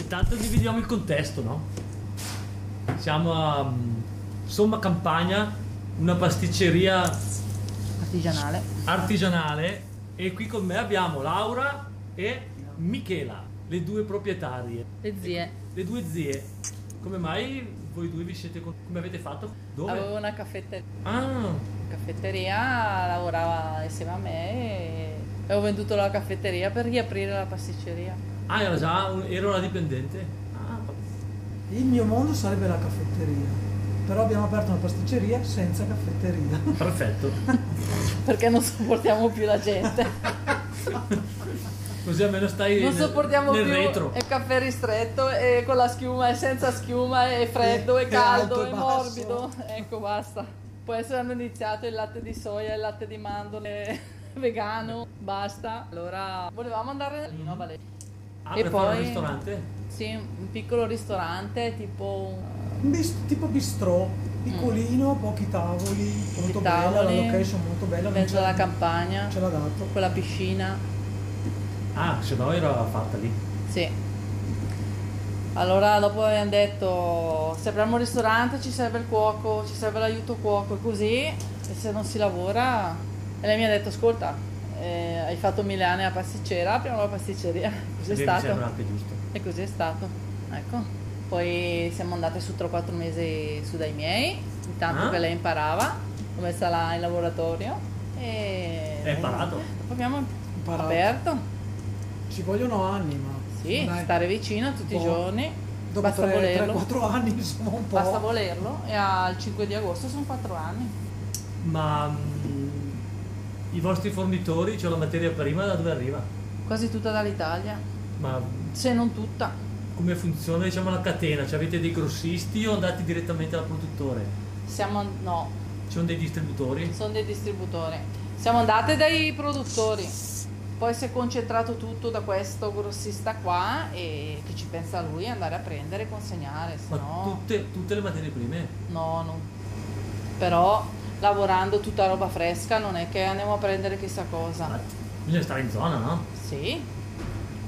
Intanto dividiamo il contesto, no? Siamo a mm, Somma Campagna, una pasticceria Artigianale. artigianale e qui con me abbiamo Laura e Michela, le due proprietarie, Le zie. le due zie. Come mai voi due vi siete con- come avete fatto? Dove? Avevo una caffette- Ah, caffetteria, lavorava insieme a me e ho venduto la caffetteria per riaprire la pasticceria. ah, era già un- era una dipendente. Ah, Il mio mondo sarebbe la caffetteria, però abbiamo aperto una pasticceria senza caffetteria. perfetto. Perché non sopportiamo più la gente. Così almeno stai non nel- sopportiamo nel più retro. il caffè ristretto e con la schiuma e senza schiuma e freddo e E caldo alto e e basso. morbido. Ecco, basta. Poi adesso hanno iniziato il latte di soia, il latte di mandorle vegano, basta. Allora volevamo andare lì, no, Valeria? Ah, E per fare un poi- ristorante? Sì, un piccolo ristorante tipo Un bis- tipo bistrò, piccolino, pochi tavoli, molto Mm. Pochi bella, tavoli, la location molto bella, non mezzo ce alla l'ha, campagna ce l'ha dato. con la piscina. Ah, se no era fatta lì. Sì. Allora dopo abbiamo detto se apriamo un ristorante ci serve il cuoco, ci serve l'aiuto cuoco, così e se non si lavora... E lei mi ha detto ascolta, eh, hai fatto mille anni a pasticcera, apriamo la pasticceria. Così è Sì, mi stato. sembra anche giusto. E così è stato. Ecco. Poi siamo andate su 3-4 mesi su dai miei, intanto Ah. che lei imparava, l'ho messa là in laboratorio e... Hai imparato? Dopo abbiamo Imparato. aperto, Ci vogliono anni, ma sì, dai, stare vicino tutti i Po- giorni, dopo basta volerlo. 3-4 anni insomma un po'. Basta volerlo e al 5 di agosto sono 4 anni. Ma mm, i vostri fornitori, cioè la materia prima, da dove arriva? Quasi tutta dall'Italia, Ma se non tutta. come funziona diciamo, la catena? Cioè, avete dei grossisti o andate direttamente dal produttore? Siamo no, Ci sono dei distributori? sono dei distributori. Siamo andate dai produttori. Poi si è concentrato tutto da questo grossista qua e che ci pensa lui andare a prendere e consegnare, se Ma no tutte, tutte le materie prime? no, no. Però lavorando tutta roba fresca non è che andiamo a prendere chissà cosa. Ma bisogna stare in zona, no? Sì,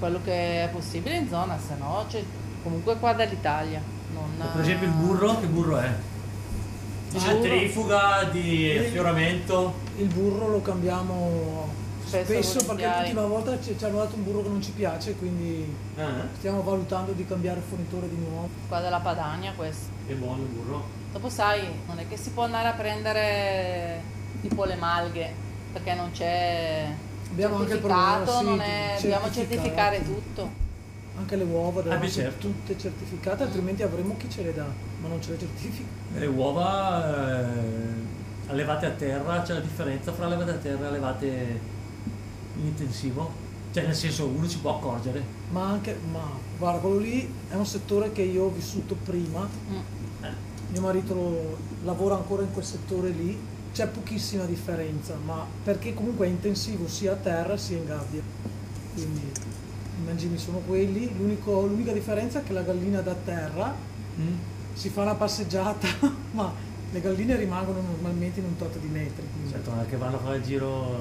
quello che è possibile in zona, se no c'è comunque qua dall'Italia. Non, Per esempio il burro, che burro è? Di Burro. centrifuga, di affioramento? Il burro lo cambiamo Spesso e spesso perché volentieri. l'ultima volta ci, ci hanno dato un burro che non ci piace, quindi Eh? stiamo valutando di cambiare fornitore di nuovo. Qua della Padania questo. È buono il burro. Dopo sai, non è che si può andare a prendere tipo le malghe, perché non c'è Abbiamo anche il certificato, problema, sì, non è- certificato. dobbiamo certificare tutto. Anche le uova devono Ah, beh, essere certo. tutte certificate, altrimenti avremo chi ce le dà, ma non ce le certifica. Le uova eh, allevate a terra, c'è la differenza fra allevate a terra e allevate in intensivo? Cioè nel senso uno ci può accorgere. Ma anche, ma guarda, quello lì è un settore che io ho vissuto prima, Mm. mio marito lo- lavora ancora in quel settore lì, c'è pochissima differenza, ma perché comunque è intensivo sia a terra sia in gabbia. Quindi i mangimi sono quelli, L'unico- l'unica differenza è che la gallina da terra Mm? si fa la passeggiata, ma le galline rimangono normalmente in un tot di metri, quindi Certo, ma che vanno a fare il giro...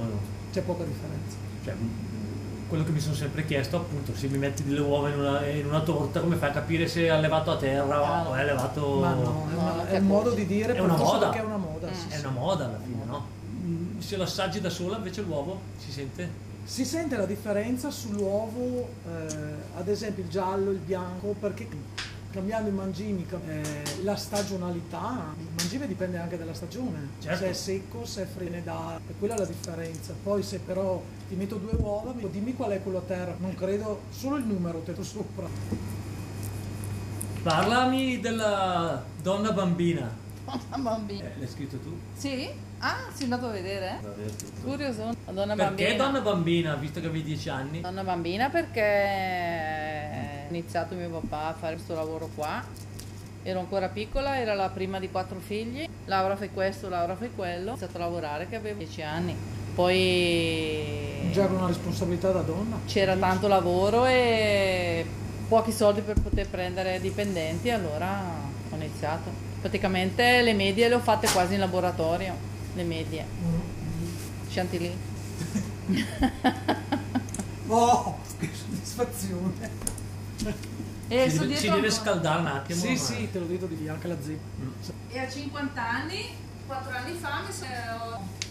c'è poca differenza. Cioè, mh, quello che mi sono sempre chiesto appunto, se mi metti delle uova in una, in una torta, come fai a capire se è allevato a terra o è allevato... Ah, Ma no, è, no, una- non è ti un modo accorgi. di dire È una purtroppo moda. che è una moda. Mm. sì, È sì. una moda alla fine, no? Mm, Se lo assaggi da sola invece l'uovo si sente... Si sente la differenza sull'uovo, eh, ad esempio il giallo, il bianco, perché cambiando i mangimi, cam- eh, la stagionalità, il mangime dipende anche dalla stagione, Certo. se è secco, se è frene da, è quella la differenza. Poi se però ti metto due uova, mi- dimmi qual è quello a terra, non credo, solo il numero te lo sopra. Parlami della donna bambina. Madonna bambina. Eh, l'hai scritto tu? Sì? Ah, sei andato a vedere? eh? Curioso. Madonna Perché bambina. donna bambina, visto che avevi 10 anni? Donna bambina perché ho iniziato mio papà a fare questo lavoro qua. Ero ancora piccola, era la prima di quattro figli. Laura fai questo, Laura fai quello. Ho iniziato a lavorare che avevo 10 anni. Poi Già con una responsabilità da donna. c'era tanto lavoro e pochi soldi per poter prendere dipendenti, allora ho iniziato. Praticamente le medie le ho fatte quasi in laboratorio, le medie. Chantilly. Oh, che soddisfazione! E si deve, si sto Eh, dietro deve ancora. scaldare un attimo. eh, Sì, ma- sì, te l'ho detto di lì, anche la zeppa. Mm. E a 50 anni, 4 anni fa, mi sono...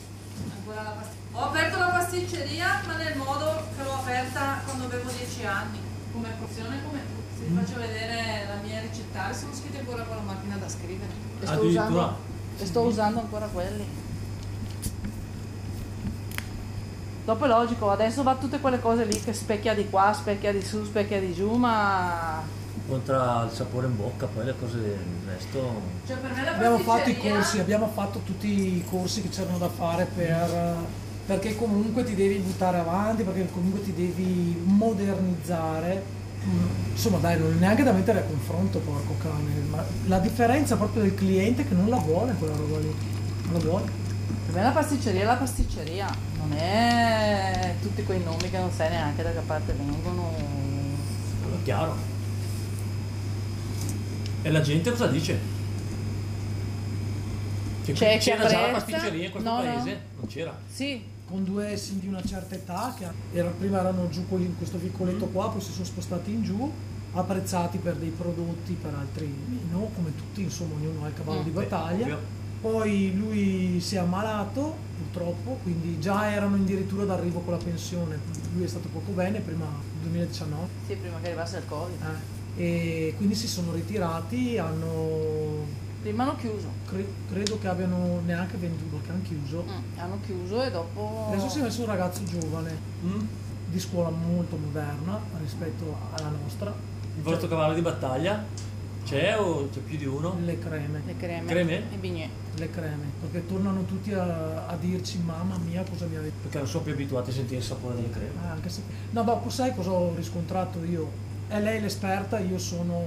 Ancora la past- ho aperto la pasticceria, ma nel modo che l'ho aperta quando avevo 10 anni. Come professione, come tutto. Se vi faccio vedere la mia ricettaria, sono scritta ancora con la macchina da scrivere. E sto Addirittura. usando, e sto usando ancora quelli. Dopo è logico, adesso va tutte quelle cose lì che specchia di qua, specchia di su, specchia di giù, ma Contra il sapore in bocca, poi le cose il resto. Cioè per me la Abbiamo fatto i pasticceria- corsi, abbiamo fatto tutti i corsi che c'erano da fare per, perché comunque ti devi buttare avanti, perché comunque ti devi modernizzare. Mm, Insomma dai, non è neanche da mettere a confronto, porco cane, ma la differenza proprio del cliente è che non la vuole quella roba lì, non la vuole. Per me la pasticceria è la pasticceria, non è tutti quei nomi che non sai neanche da che parte vengono. Allora, chiaro. E la gente cosa dice? Che C'è chi c'era già la Cioè, apprezza? pasticceria in questo No, no. paese? Non c'era. Sì, Con due sì di una certa età, che era- prima erano giù quelli in questo vicoletto qua, poi si sono spostati in giù, apprezzati per dei prodotti, per altri meno, come tutti, insomma ognuno ha il cavallo Mm. di Beh, battaglia. ovvio. Poi lui si è ammalato, purtroppo, quindi già erano addirittura d'arrivo con la pensione. Lui è stato poco bene, prima 2019. sì, prima che arrivasse il Covid. eh. E quindi si sono ritirati, hanno. Prima hanno chiuso. cre- credo che abbiano neanche venduto, che hanno chiuso. Mm, hanno chiuso e dopo. Adesso si è messo un ragazzo giovane Mm? di scuola molto moderna rispetto alla nostra. Il Cioè- vostro cavallo di battaglia c'è o c'è più di uno? Le creme. Le creme. Creme? I bignè. Le creme. Perché tornano tutti a, a dirci mamma mia cosa mi avete. Perché non sono più abituati a sentire il sapore delle creme. Ah, anche se- No, dopo sai cosa ho riscontrato io? È lei l'esperta, io sono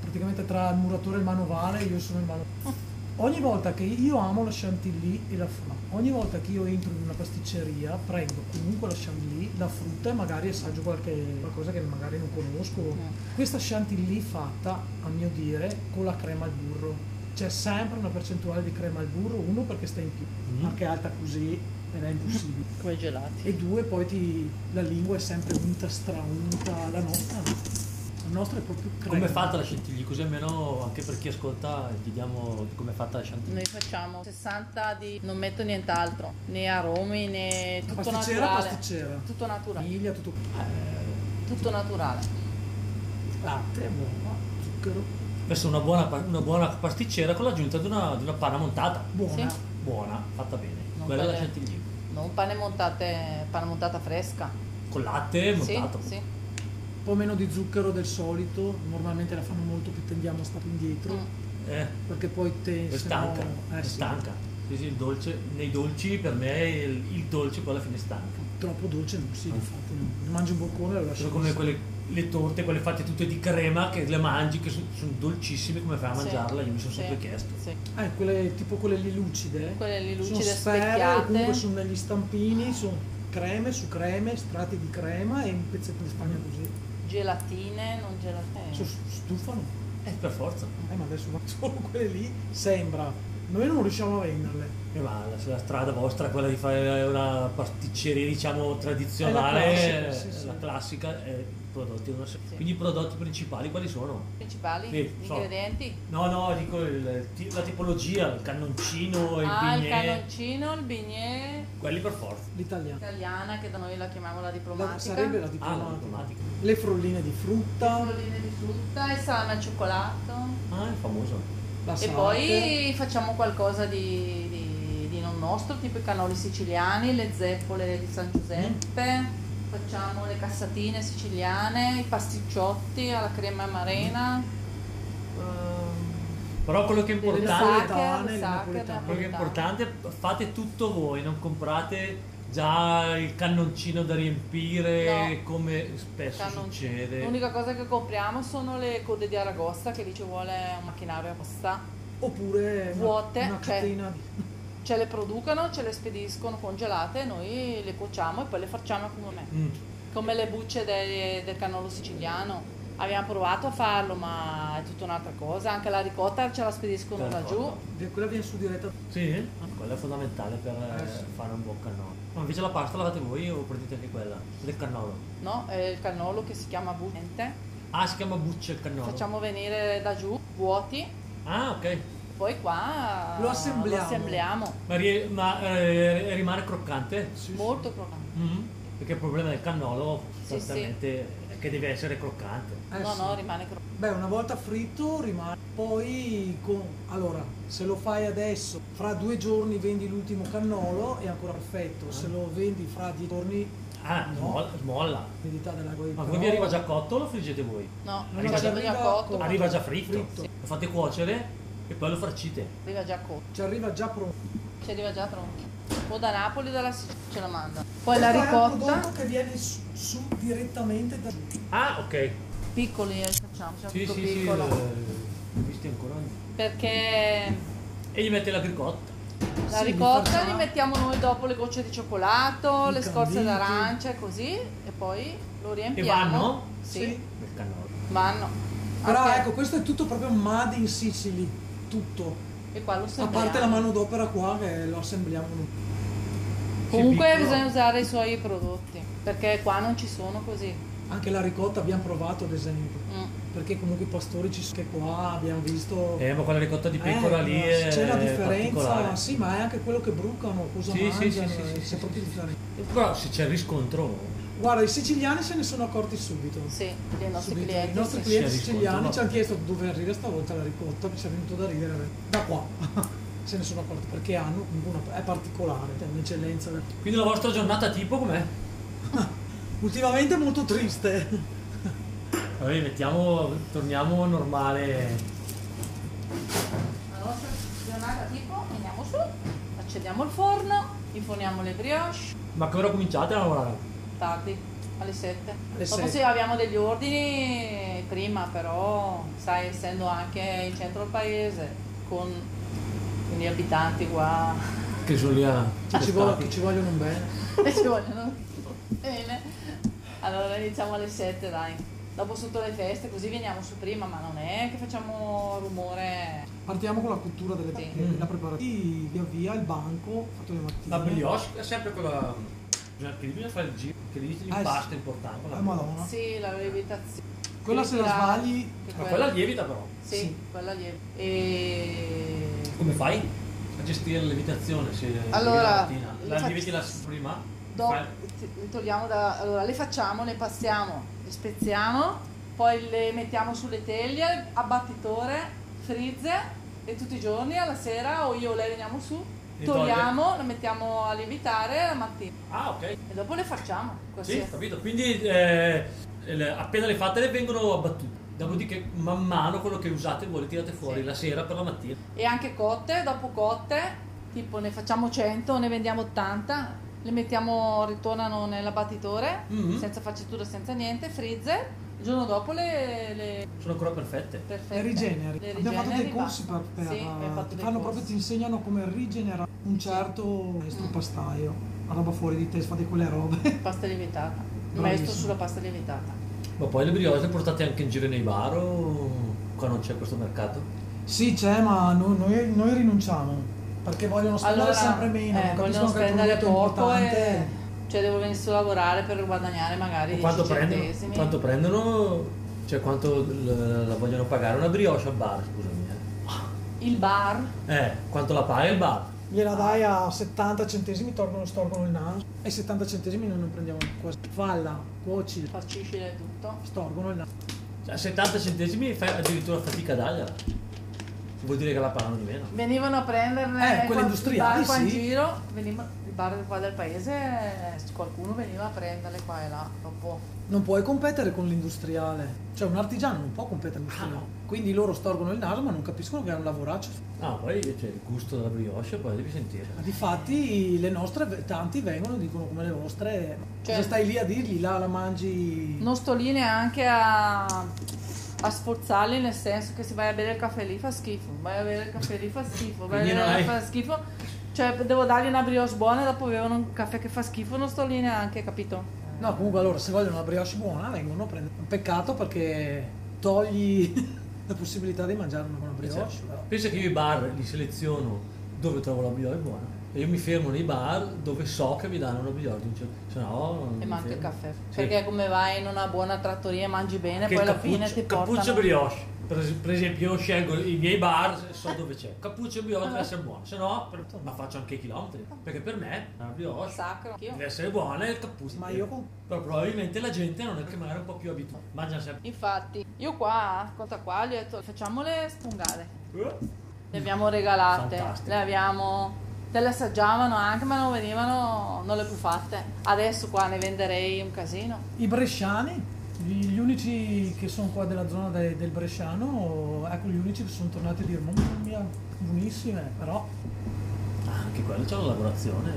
praticamente tra il muratore e il manovale, io sono il manovale. Ogni volta che io amo la chantilly e la frutta, ogni volta che io entro in una pasticceria prendo comunque la chantilly, la frutta e magari assaggio qualche, qualcosa che magari non conosco. Mm. Questa chantilly fatta, a mio dire, con la crema al burro. C'è sempre una percentuale di crema al burro, uno perché sta in più, Mm. perché è alta così ed è impossibile Come i gelati. e due poi ti, la lingua è sempre unta, straunta, la nostra no. La nostra è proprio crema. Come è fatta la scintilli? Così almeno anche per chi ascolta gli diamo come è fatta la scintilli. Noi facciamo 60 di. non metto nient'altro, né aromi né. La tutto pasticcera, naturale. pasticcera. Tutto naturale. Vaniglia, tutto Tutto naturale. latte, uova, zucchero, Adesso una buona, pa- una buona pasticcera con l'aggiunta di una, di una panna montata. buona. Sì. Buona, fatta bene. Non Quella è la quella- scintilli. Non pane montate, pane montata fresca. Con latte montato. Sì, sì. Un po' meno di zucchero del solito, normalmente la fanno molto più tendiamo a stare indietro, Mm. Eh. perché poi te È se stanca, no- eh è sì, stanca. Sì, sì, il dolce, nei dolci per me il, il dolce poi alla fine è stanca. Troppo dolce non si, infatti non. Mangi un boccone e lo lasci. Sono Mm. come lì. quelle le torte, quelle fatte tutte di crema che le mangi, che sono, sono dolcissime, come fai a Sì. mangiarla? Io mi sono Sì. sempre chiesto. Sì. Eh, quelle, tipo quelle lì lucide. Quelle lì Sono lucide, sfere, specchiate. Comunque sono degli stampini, sono creme su creme, strati di crema e un pezzetto di spagna così. Eh. Gelatine, non gelatine. So- stufano. Eh, per forza. Eh, ma adesso ma solo quelle lì sembra. Noi non riusciamo a venderle. Eh, ma la, la strada vostra, quella di fare una pasticceria diciamo È la tradizionale, classica, sì, eh, sì. la classica, è prodotti. una se- Sì. Quindi i prodotti principali quali sono? Principali? Sì, gli so. ingredienti? No, no, dico il- ti- la tipologia, il cannoncino, il ah, il bignè, canoncino, il bignè, quelli per forza. L'italiano. italiana che da noi la chiamiamo la diplomatica. La- sarebbe la Ah, la diplomatica. diplomatica. Le frolline di frutta, Palline di frutta e salame al cioccolato. Ah, è famoso. la E salate. poi facciamo qualcosa di, di- di non nostro, tipo i canoli siciliani, le zeppole di San Giuseppe, Mm. facciamo le cassatine siciliane, i pasticciotti alla crema amarena. ehm, Però quello che è le importante, sacche, napoletane, le le sacche napoletane. quello che è importante, fate tutto voi, non comprate già il cannoncino da riempire No. come spesso Cannon- succede. Cioè, L'unica cosa che compriamo sono le code di Aragosta che lì ci vuole un macchinario apposta. Oppure una- Vuote, una cioè- catena di- Ce le producono, ce le spediscono congelate, noi le cuociamo e poi le facciamo come me. Mm. Come le bucce del, del canolo siciliano. Abbiamo provato a farlo, ma è tutta un'altra cosa. Anche la ricotta ce la spediscono La laggiù. ricotta. di- Quella viene su diretta. Sì, Ah, quella è fondamentale per Eh, sì. fare un buon cannolo. Ma invece la pasta la fate voi o prendete anche quella? Del cannolo? No? È il cannolo che si chiama bucente. Ah, si chiama buccia il cannolo. Facciamo venire da giù, vuoti, Ah, ok. poi qua Lo assembliamo. assembliamo. Ma, ri- ma, eh, rimane croccante? Molto croccante. Mhm. Mm-hmm. Perché il problema del cannolo Sì, sostanzialmente è che deve essere croccante. Eh no, sì. no, rimane croccante. Beh, una volta fritto rimane. Poi, con... allora, se lo fai adesso, fra due giorni vendi l'ultimo cannolo, è ancora perfetto. Se lo vendi fra dieci giorni, Ah, No. smolla. smolla. l'umidità dell'acqua di Ma cannolo- voi vi arriva già cotto o lo friggete voi? No, Arriva arriva già- già, cotto. Arriva già fritto. Fritto. Lo fate cuocere e poi lo farcite. Arriva già cotto. Ci arriva già pronto. Ci arriva già pronto. O da Napoli o dalla Sicilia ce la manda. Poi la Questo È un ricotta, prodotto che viene su, su direttamente da giù. Ah, ok. piccoli eh, facciamo, facciamo Sì, tutto sì, sì. piccolo. eh, visti ancora. Perché E gli mette la gricotta. la Sì, li ricotta facciamo. li mettiamo noi dopo le gocce di cioccolato, I le scorze canditi. d'arancia e così e poi lo riempiamo. vanno? Sì, Sì. Nel cannolo. vanno. Però Ok. ecco, questo è tutto proprio made in Sicily. Tutto. E qua lo A sembriamo. parte la manodopera qua che lo assembliamo noi. Comunque piccolo. bisogna usare i suoi prodotti, perché qua non ci sono così. Anche la ricotta abbiamo provato ad esempio. Mm. Perché comunque i pastori ci sono che qua abbiamo visto. Eh, ma quella ricotta di pecora Eh, lì ma è c'è la particolare. differenza, sì, ma è anche quello che brucano, cosa Sì, sì, sì, mangiano, sì, eh, sì, c'è sì, proprio differenza. Però se c'è il riscontro Guarda, i siciliani se ne sono accorti subito. Sì, dei nostri Subito. clienti. I nostri clienti. sì. clienti Si è siciliani riscontrato. ci hanno chiesto dove arriva stavolta la ricotta, ci è venuto da ridere da qua. se ne sono accorti perché hanno comunque una, è particolare, è un'eccellenza. Quindi la vostra giornata tipo com'è? Ultimamente è molto triste. Vabbè, mettiamo, torniamo normale. La nostra giornata tipo andiamo su, accendiamo il forno, infoniamo le brioche, Ma che ora cominciate a lavorare? tardi, alle 7. Dopo Alle sette. se abbiamo degli ordini prima, però sai, essendo anche in centro al paese, con gli abitanti qua Che sono lì a... Ci, vuole- che ci vogliono un bene. ci vogliono bene. Allora iniziamo alle 7 dai. Dopo sotto le feste così veniamo su prima, ma non è che facciamo rumore. Partiamo con la cottura delle Sì. pacchette, la preparazione. Sì, Via via il banco, fatto le mattine. La brioche è sempre quella... bisogna- Che lì bisogna fare il giro, che lì Ah, l'impasto sì. è importante. Eh, quella- madonna. Sì, la lievitazione. Quella se la Quella- sbagli che Ma quella lievita però. Sì, Sì. quella lieve. E... Come fai a gestire la lievitazione se devi Allora, la mattina? La faccio- lieviti la prima? Do- Fai- ti- le togliamo da- allora, le facciamo, le passiamo, le spezziamo, poi le mettiamo sulle teglie, abbattitore, frizze e tutti i giorni alla sera o io o lei veniamo su, Le togliamo, le mettiamo a lievitare la mattina Ah, ok. e dopo le facciamo. Sì, qualsiasi- capito. Quindi eh, le- appena le fate le vengono abbattute. Dopodiché man mano quello che usate voi le tirate fuori Sì. la sera per la mattina. E anche cotte, dopo cotte, tipo ne facciamo 100, ne vendiamo 80, le mettiamo, ritornano nell'abbattitore Mm-hmm. Mhm. senza facciatura, senza niente, frizze, il giorno dopo le... le Sono ancora perfette. Perfette. e rigeneri. Le Abbiamo fatto dei rigeneri, corsi per, basta. per eh, Sì, abbiamo fatto ti dei fanno corsi. proprio ti insegnano come rigenerare un certo maestro Mm. pastaio, una roba fuori di testa di quelle robe. Pasta lievitata. Il Bravissimo. maestro sulla pasta lievitata. Ma poi le brioche le portate anche in giro nei bar o qua non c'è questo mercato? sì, c'è, ma no- noi, noi rinunciamo perché vogliono spendere Allora, sempre meno, eh, capiscono vogliono che il spendere prodotto è poco importante. e... Cioè devo venire solo a lavorare per guadagnare magari 10 Quanto prendono, centesimi. quanto prendono? Cioè quanto l- la vogliono pagare una brioche al bar, scusami. Il bar, Eh, Eh, quanto la paga il bar? Ah. Gliela dai a 70 centesimi, tornano, storcono il naso e 70 centesimi noi non prendiamo quasi. Falla, cuoci, farciscile tutto. storcono il naso. Cioè, a 70 centesimi fai addirittura fatica a dargliela. Vuol dire che la pagano di meno. Venivano a prenderne Eh, qua- quelle industriali, il bar qua in sì. giro, venivano, il bar qua del paese, eh, qualcuno veniva a prenderle qua e là, dopo Non puoi competere con l'industriale, cioè un artigiano non può competere con Ah, l'industriale. Quindi loro storgono il naso ma non capiscono che è un lavoraccio. Ah, poi c'è il gusto della brioche, poi devi sentire. Ma Difatti le nostre, tanti vengono e dicono come le vostre, Cioè- cosa stai lì a dirgli, là la mangi... Non sto lì neanche a, a sforzarli, nel senso che se vai a bere il caffè lì fa schifo, vai a bere il caffè lì fa schifo, vai a Quindi bere non il hai- caffè fa schifo. Cioè devo dargli una brioche buona e dopo bevono un caffè che fa schifo, non sto lì neanche, capito? No, comunque allora se vogliono una brioche buona vengono a prendere. Un peccato perché togli la Certo. possibilità di mangiare una buona brioche. però. Pensa che io i bar li seleziono dove trovo la brioche buona E io mi fermo nei bar dove so che mi danno una biliardina, cioè, se no... non E mi manca il fermo. caffè. Sì. Perché come vai in una buona trattoria e mangi bene, Che poi alla cappuccio- fine ti Cappuccio portano... brioche. Per, es- per esempio, io scelgo i miei bar, so dove c'è. Cappuccio e brioche Ah. deve essere buono, se no, per- ma faccio anche i chilometri. Perché per me, la brioche Sacro. Anch'io. deve essere buona e il cappuccio. Ma io con- Però probabilmente la gente non è che magari è un po' più abituata. Mangia sempre. Infatti, io qua, conta qua, gli ho detto facciamole spungare. Eh, Le abbiamo regalate, Fantastico. le abbiamo. Te le assaggiavano anche, ma non venivano, non le più fatte. Adesso qua ne venderei un casino. I bresciani, gli gli unici che sono qua della zona de- del Bresciano, ecco gli unici che sono tornati a dire mamma mia, buonissime, però... Ah, anche quello c'è una lavorazione.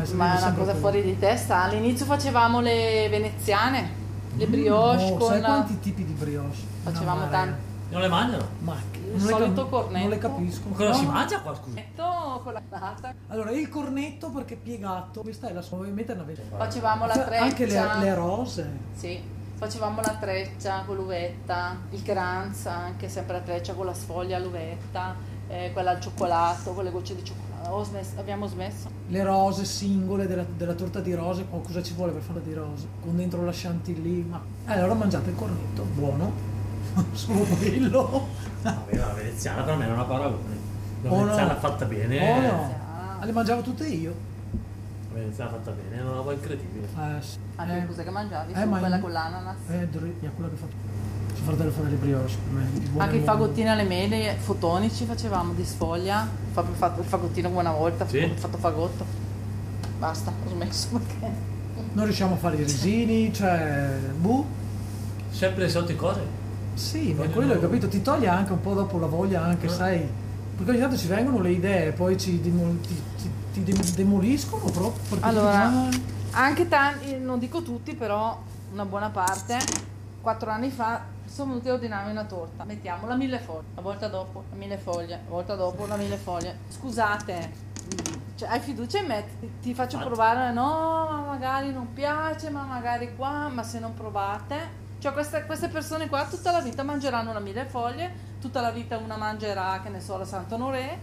eh, Ma si vede è una sempre cosa quello. fuori di testa. All'inizio facevamo le veneziane, le brioche Mm, No, con. oh, sai quanti tipi di brioche? Facevamo Una marea. tanti. Non le mangiano. Ma che- Il non le cap- solito cornetto. Non le capisco. Ma cosa No, si no. mangia qua, scusa? Cornetto con la nata. Allora, il cornetto perché è piegato, questa è la sua, ovviamente è una vecchia. Facevamo la Cioè, treccia. Anche le, le rose. Sì. Facevamo la treccia con l'uvetta, il granza, anche sempre la treccia con la sfoglia, l'uvetta, eh, quella al cioccolato, con le gocce di cioccolato. Ho smesso- abbiamo smesso. Le rose singole della, della torta di rose, oh, cosa ci vuole per farla di rose? Con dentro la chantilly, ma... Eh, allora mangiate il cornetto, buono. Solo quello. Vabbè, la veneziana per me non ha paragone. La Oh, no. veneziana fatta bene. Oh no. Ah, le mangiavo tutte io. La veneziana fatta bene, è una roba incredibile. Eh, sì. Anche le Eh, Ah, cose che mangiavi, eh, solo ma quella in- con l'ananas. Ah, Eh, dri- quella che ho fatto. Ci farò fare le brioche per me. più Anche buone il al mondo. Ah, fagottino alle mele, fotonici facevamo di sfoglia. Ho proprio fatto il fagottino come una volta, Sì. ho fatto fagotto. Basta, ho smesso perché... Non riusciamo a fare i risini, cioè... Buh. Sempre le solite cose. Sì, ma Vogliono- quello hai capito, ti toglie anche un po' dopo la voglia, anche Eh. sai, perché ogni tanto ci vengono le idee, poi ci demo- ti, ti- ti dem- demoliscono proprio perché Allora, ti dicono, anche tanti, non dico tutti, però una buona parte, quattro anni fa sono venuti a ordinarmi una torta. Mettiamola mille foglie, la volta dopo la mille foglie, la volta dopo la mille foglie. Scusate, mm, cioè, hai fiducia in me, ti, ti faccio Ma- provare, no, ma magari non piace, ma magari qua, ma se non provate. Cioè queste, queste persone qua tutta la vita mangeranno la mille foglie, tutta la vita una mangerà, che ne so, la Sant'Onore.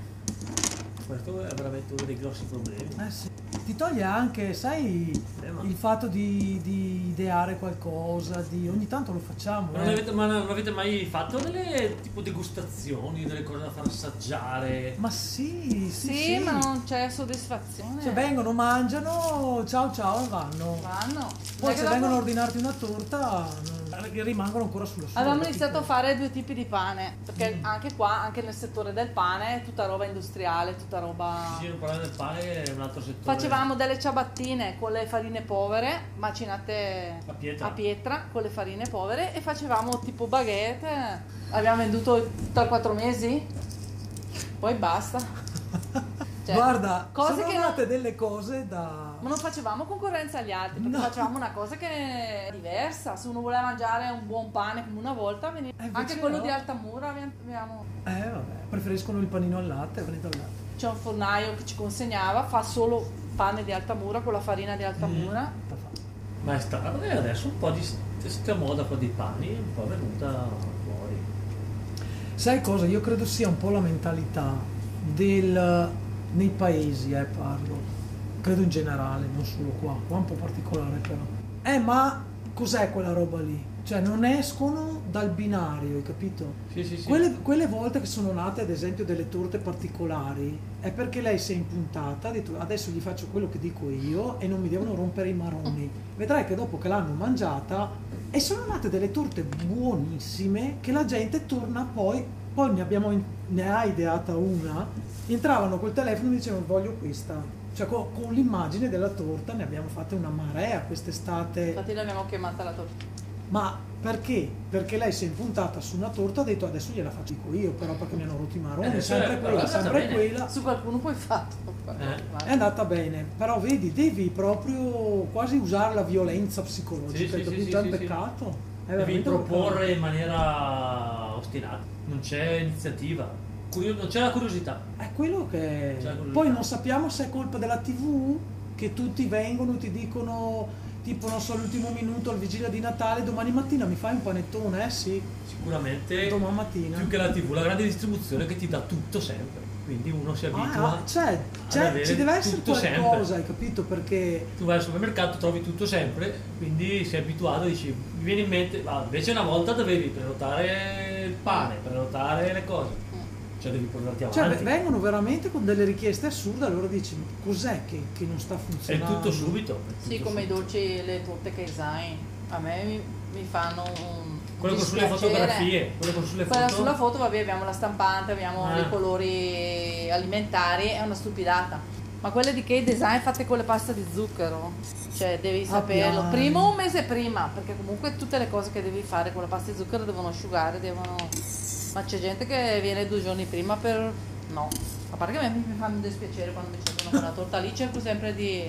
Questo è veramente uno dei grossi problemi. ma- eh sì, ti toglie anche, sai, Eh, ma- il fatto di, di ideare qualcosa, di ogni tanto lo facciamo. Ma non, eh. avete, ma non avete mai fatto delle tipo degustazioni, delle cose da far assaggiare? Ma sì, sì, Sì, sì. ma non c'è soddisfazione. Cioè vengono, mangiano, ciao ciao e vanno. Vanno. Poi se Perché vengono a dopo ordinarti una torta, non- rimangono ancora sulla sua. Avevamo capito? iniziato a fare due tipi di pane, perché Mm. anche qua, anche nel settore del pane, è tutta roba industriale, tutta roba... Sì, non parlare del pane è un altro settore. Facevamo delle ciabattine con le farine povere, macinate A pietra. a pietra, con le farine povere e facevamo tipo baguette. Abbiamo venduto tra quattro mesi, poi basta. Cioè, Guarda, cose sono che non- nate delle cose da... Ma non facevamo concorrenza agli altri, perché No. facevamo una cosa che è diversa. Se uno voleva mangiare un buon pane come una volta, veniva. Eh, invece anche quello no. di Altamura abbiamo- abbiamo. Eh vabbè, preferiscono il panino al latte, panino al latte. C'è un fornaio che ci consegnava, fa solo pane di Altamura con la farina di Altamura. Fa- fa. Ma è strano che adesso un po' di questa moda qua dei pani è un po' venuta fuori. Sai cosa? Io credo sia un po' la mentalità del... nei paesi, eh, parlo. Credo in generale, non solo qua, qua è un po' particolare però. Eh, ma cos'è quella roba lì? Cioè, non escono dal binario, hai capito? Sì, sì, sì. Quelle, quelle volte che sono nate, ad esempio, delle torte particolari, è perché lei si è impuntata, ha detto adesso gli faccio quello che dico io e non mi devono rompere i maroni. Vedrai che dopo che l'hanno mangiata, e sono nate delle torte buonissime che la gente torna poi, poi ne, abbiamo in- ne ha ideata una, entravano col telefono e dicevano voglio questa. Cioè co- con l'immagine della torta ne abbiamo fatte una marea quest'estate. Infatti l'abbiamo chiamata la torta. Ma perché? Perché lei si è impuntata su una torta, ha detto adesso gliela faccio io, però perché mi hanno rotto i maroni, Eh, sempre certo, quella, è andata sempre bene. quella. Su qualcuno poi fatto. Eh. È andata bene, però vedi, devi proprio quasi usare la violenza Sì, psicologica, sì, hai sì, capito? sì, È un sì, sì. peccato. È Devi veramente Eh, un proporre in maniera ostinata. Non c'è iniziativa. Curio- non c'è la curiosità. peccato. È quello che... Cioè, quello- Poi non sappiamo se è colpa della tv, che tutti vengono, ti dicono... Tipo, non so, all'ultimo minuto, al vigilia di Natale, domani mattina mi fai un panettone, eh sì, Sicuramente domani mattina. più che la TV, la grande distribuzione che ti dà tutto sempre. quindi uno si abitua. Ah, c'è, c'è- ad avere ci deve essere tutto sempre. qualcosa, hai capito? Perché Tu vai al supermercato, trovi tutto sempre, quindi sei abituato, dici, mi viene in mente, "Ah, invece una volta dovevi prenotare il pane, prenotare le cose, Mm. cioè devi portarti avanti. cioè, vengono veramente con delle richieste assurde, allora dici, ma cos'è che, che non sta è funzionando? tutto subito. è tutto Sì, come i subito. dolci, le torte Kaisan. A me mi, mi fanno un Quello con sulle dispiacere. fotografie, quello con sulle Quella foto. sulla foto, vabbè, abbiamo la stampante, abbiamo Ah. i colori alimentari, è una stupidata. Ma quelle di che design fatte con le pasta di zucchero? Cioè, devi Ah, saperlo. piano. Prima un mese prima, perché comunque tutte le cose che devi fare con la pasta di zucchero devono asciugare, devono... Ma c'è gente che viene due giorni prima per... No. A parte che a me mi fa un dispiacere quando mi cercano con la torta lì, cerco sempre di...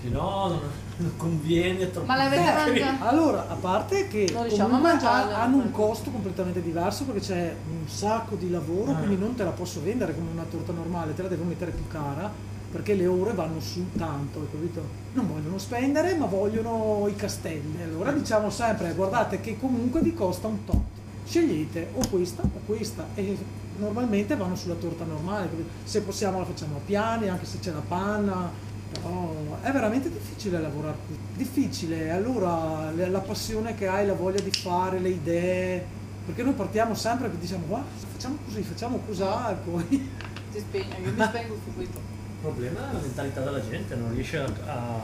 Dici, no, non, non conviene è troppo. Eh, Ma l'avete caro." mangiato? Allora, a parte che Non comunque riusciamo a mangiarlo, ha- hanno un infatti. costo completamente diverso perché c'è un sacco di lavoro, Ah. quindi non te la posso vendere come una torta normale, te la devo mettere più cara perché le ore vanno su tanto, hai capito? Non vogliono spendere, ma vogliono i castelli. Allora diciamo sempre, guardate che comunque vi costa un tot. Scegliete o questa o questa e normalmente vanno sulla torta normale, capito? se possiamo la facciamo a piani, anche se c'è la panna, No, è veramente difficile lavorare qui. Difficile, allora le- la passione che hai, la voglia di fare, le idee. Perché noi partiamo sempre e diciamo, "Guarda, facciamo così, facciamo così, e poi... Ti spegno, io mi spengo subito. Il problema è la mentalità della gente, non riesce a, a-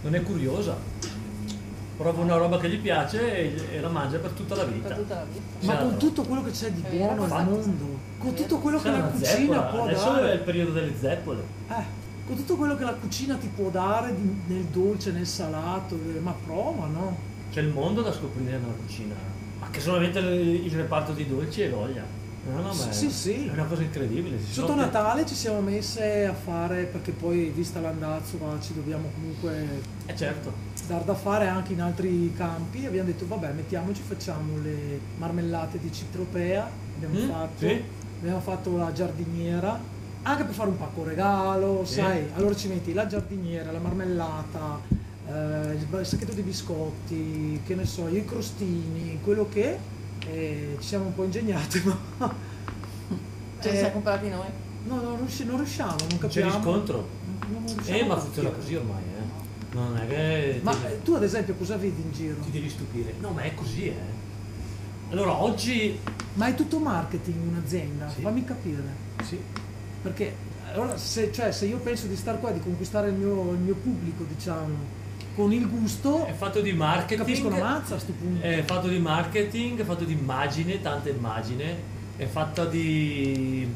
non è curiosa. Prova una roba che gli piace e, e la mangia per tutta la vita. Per tutta la vita. Ma Certo. con tutto quello che c'è di È buono vero, al infatti. mondo, con È vero. tutto quello C'è che la una cucina zeppola, può adesso è il dare, periodo delle zeppole. eh, con tutto quello che la cucina ti può dare di- nel dolce, nel salato, eh, ma prova, no? C'è il mondo da scoprire nella cucina. Anche solamente il il reparto di dolci e voglia. No, no, ma è, Sì, sì. è una cosa incredibile. Si Sotto sono- Natale ci siamo messe a fare, perché poi vista l'andazzo qua ci dobbiamo comunque Eh certo. dar da fare anche in altri campi abbiamo detto vabbè mettiamoci facciamo le marmellate di citropea abbiamo Mm, fatto sì. abbiamo fatto la giardiniera anche per fare un pacco regalo Sì. sai allora ci metti la giardiniera la marmellata eh, il ba- il sacchetto di biscotti che ne so io i crostini quello che e ci siamo un po' ingegnati ma Ce Eh, li Cioè, siamo comprati noi. no, no, non, riusci- non riusciamo non Non c'è capiamo riscontro. Non- non riusciamo Eh, ma a funziona capire. così ormai, eh. Non è che ma ti, eh, tu ad esempio cosa vedi in giro? ti devi stupire. No, ma è così, eh. Allora, oggi Ma è tutto marketing un'azienda, Sì. fammi capire. sì, Perché allora se, cioè, se io penso di star qua, di conquistare il mio, il mio pubblico, diciamo, con il gusto, è fatto di capisco la marketing, mazza a sto punto. è fatto di marketing, è fatto di immagine, tanta immagine, è fatta di,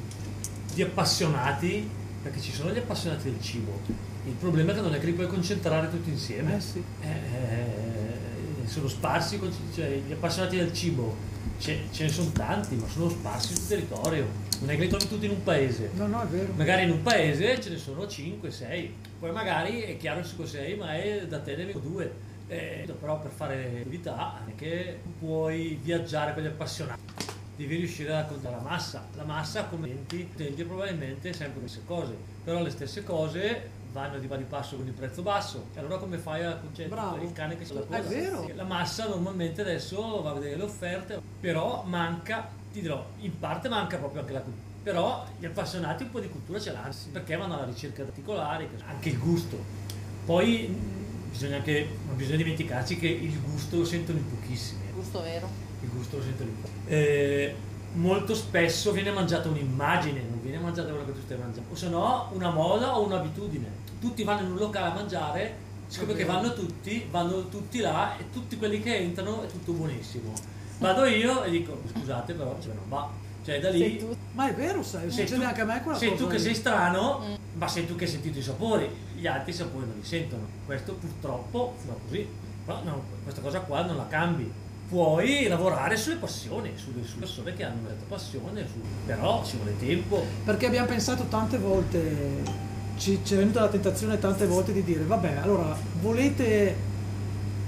di appassionati, perché ci sono gli appassionati del cibo. Il problema è che non è che li puoi concentrare tutti insieme. Eh sì. Eh, sono sparsi, con- cioè, gli appassionati del cibo ce, ce ne sono tanti, ma sono sparsi sul territorio. Non è che li trovi tutti in un paese. No, no, è vero. Magari in un paese ce ne sono 5, 6, poi magari è chiaro che ci sono 6, ma è da te ne vengono 2. però per fare attività anche puoi viaggiare con gli appassionati. Devi riuscire a contare la massa. La massa, come utenti, utenti probabilmente sempre le stesse cose, però le stesse cose vanno di pari passo con il prezzo basso. E allora come fai a concentrare Bravo. il cane che sulla È coda? vero. La massa normalmente adesso va a vedere le offerte, però manca, ti dirò, in parte manca proprio anche la cultura. Però gli appassionati un po' di cultura ce l'hanno, perché vanno alla ricerca di particolari, anche il gusto. Poi mh, bisogna anche, non bisogna dimenticarci che il gusto lo sentono in pochissimi. eh. Gusto vero. Il gusto lo sentono in pochissimi. Eh, molto spesso viene mangiata un'immagine, non viene mangiata quello che tu stai mangiando. O se no una moda o un'abitudine. Tutti vanno in un locale a mangiare, siccome È che vero. vanno tutti, vanno tutti là e tutti quelli che entrano è tutto buonissimo. Vado io e dico scusate però, cioè non va. Cioè da lì... Sei tu. Ma è vero, sai, Sei succede tu- anche a me quella sei cosa. tu che lì. sei strano, Mm. ma sei tu che hai sentito i sapori, gli altri i sapori non li sentono. Questo purtroppo fa così. Però no, questa cosa qua non la cambi. Puoi lavorare sulle passioni, sulle, sulle persone che hanno una certa passione, su- però ci vuole tempo. Perché abbiamo pensato tante volte, ci, ci è venuta la tentazione tante volte di dire, vabbè, allora volete,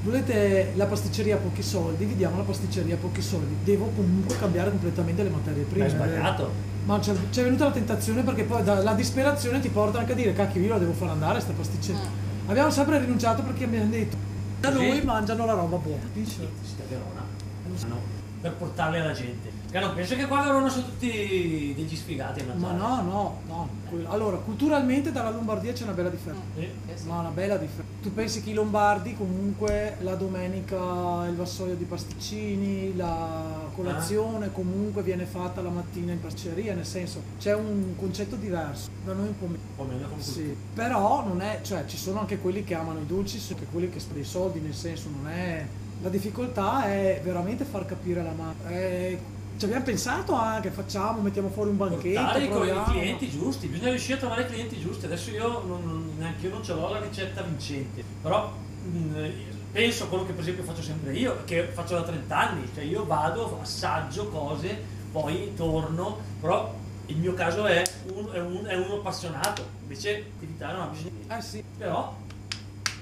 volete la pasticceria a pochi soldi, vi diamo la pasticceria a pochi soldi, devo comunque cambiare completamente le materie prime. Prima, è sbagliato. Ma c'è, c'è venuta la tentazione perché poi da- la disperazione ti porta anche a dire cacchio io la devo far andare sta Ah. pasticceria. Abbiamo sempre rinunciato perché mi hanno detto da Sì. noi mangiano la roba buona, capisci? Città Verona. Non so. Hanno per portarle alla gente. Che non penso che qua a Verona sono tutti degli sfigati a Ma mangiare. no, no, no. Que- Allora, culturalmente dalla Lombardia c'è una bella differenza. Sì. Eh sì. Ma una bella differenza. Tu pensi che i lombardi comunque la domenica il vassoio di pasticcini, la colazione comunque viene fatta la mattina in pasticceria, nel senso c'è un concetto diverso. Da noi un po' meno. Un po' meno come Sì. Però non è, cioè ci sono anche quelli che amano i dolci, ci sono anche quelli che spendono i soldi, nel senso non è... La difficoltà è veramente far capire la mano. È- Ci abbiamo pensato anche, facciamo, mettiamo fuori un banchetto. portare con i proviamo. clienti giusti, bisogna riuscire a trovare i clienti giusti. Adesso io non- non, neanche io non ce l'ho la ricetta vincente, però mh, penso a quello che per esempio faccio sempre io, che faccio da 30 anni, cioè io vado, assaggio cose, poi torno, però il mio caso è, un- è un- è uno appassionato, invece l'attività non ha bisogno di... Eh sì, Però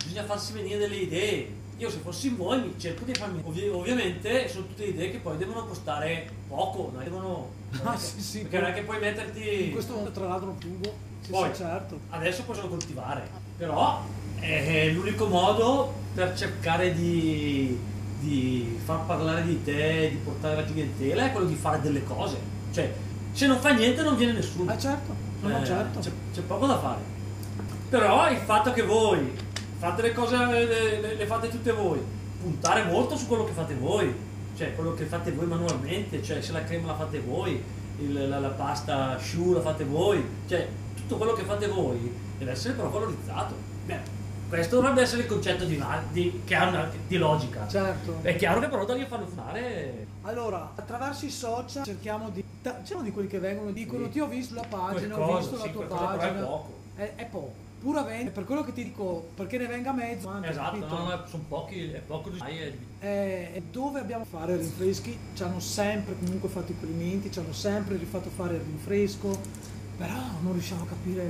bisogna farsi venire delle idee. Io se fossi in voi mi cerco di farmi... ovvi- ovviamente sono tutte idee che poi devono costare poco, non devono... Ah, sì, sì. Perché non è che puoi metterti... in questo mondo tra l'altro fungo, sì, Poi. sì, certo. Adesso possono coltivare, però eh, è è l'unico modo per cercare di, di far parlare di te, di portare la clientela, è quello di fare delle cose. Cioè, se non fa niente non viene nessuno. Ah certo, no, no, Eh, certo. C'è, c'è poco da fare. Però il fatto che voi fate le cose, le, le- le fate tutte voi, puntare molto su quello che fate voi, cioè quello che fate voi manualmente, cioè se la crema la fate voi, il- la, la pasta choux la fate voi, cioè tutto quello che fate voi deve essere però valorizzato. Beh, questo dovrebbe essere il concetto di, va- di- che ha una- di logica. Cioè, Certo. È chiaro che però da lì a farlo fare... Allora, attraverso i social cerchiamo di... ta- C'erano di quelli che vengono e dicono Sì. ti ho visto la pagina, ho Qualcosa, visto la sì, tua qualcosa, però è pagina. Eh, poco. È, è poco. Pur avendo, per quello che ti dico, perché ne venga mezzo, anche, Esatto, Ah, capito? no, no, sono pochi, è poco di... Eh, e dove abbiamo fatto fare rinfreschi ci hanno sempre comunque fatto i complimenti, ci hanno sempre rifatto fare il rinfresco, però non riusciamo a capire,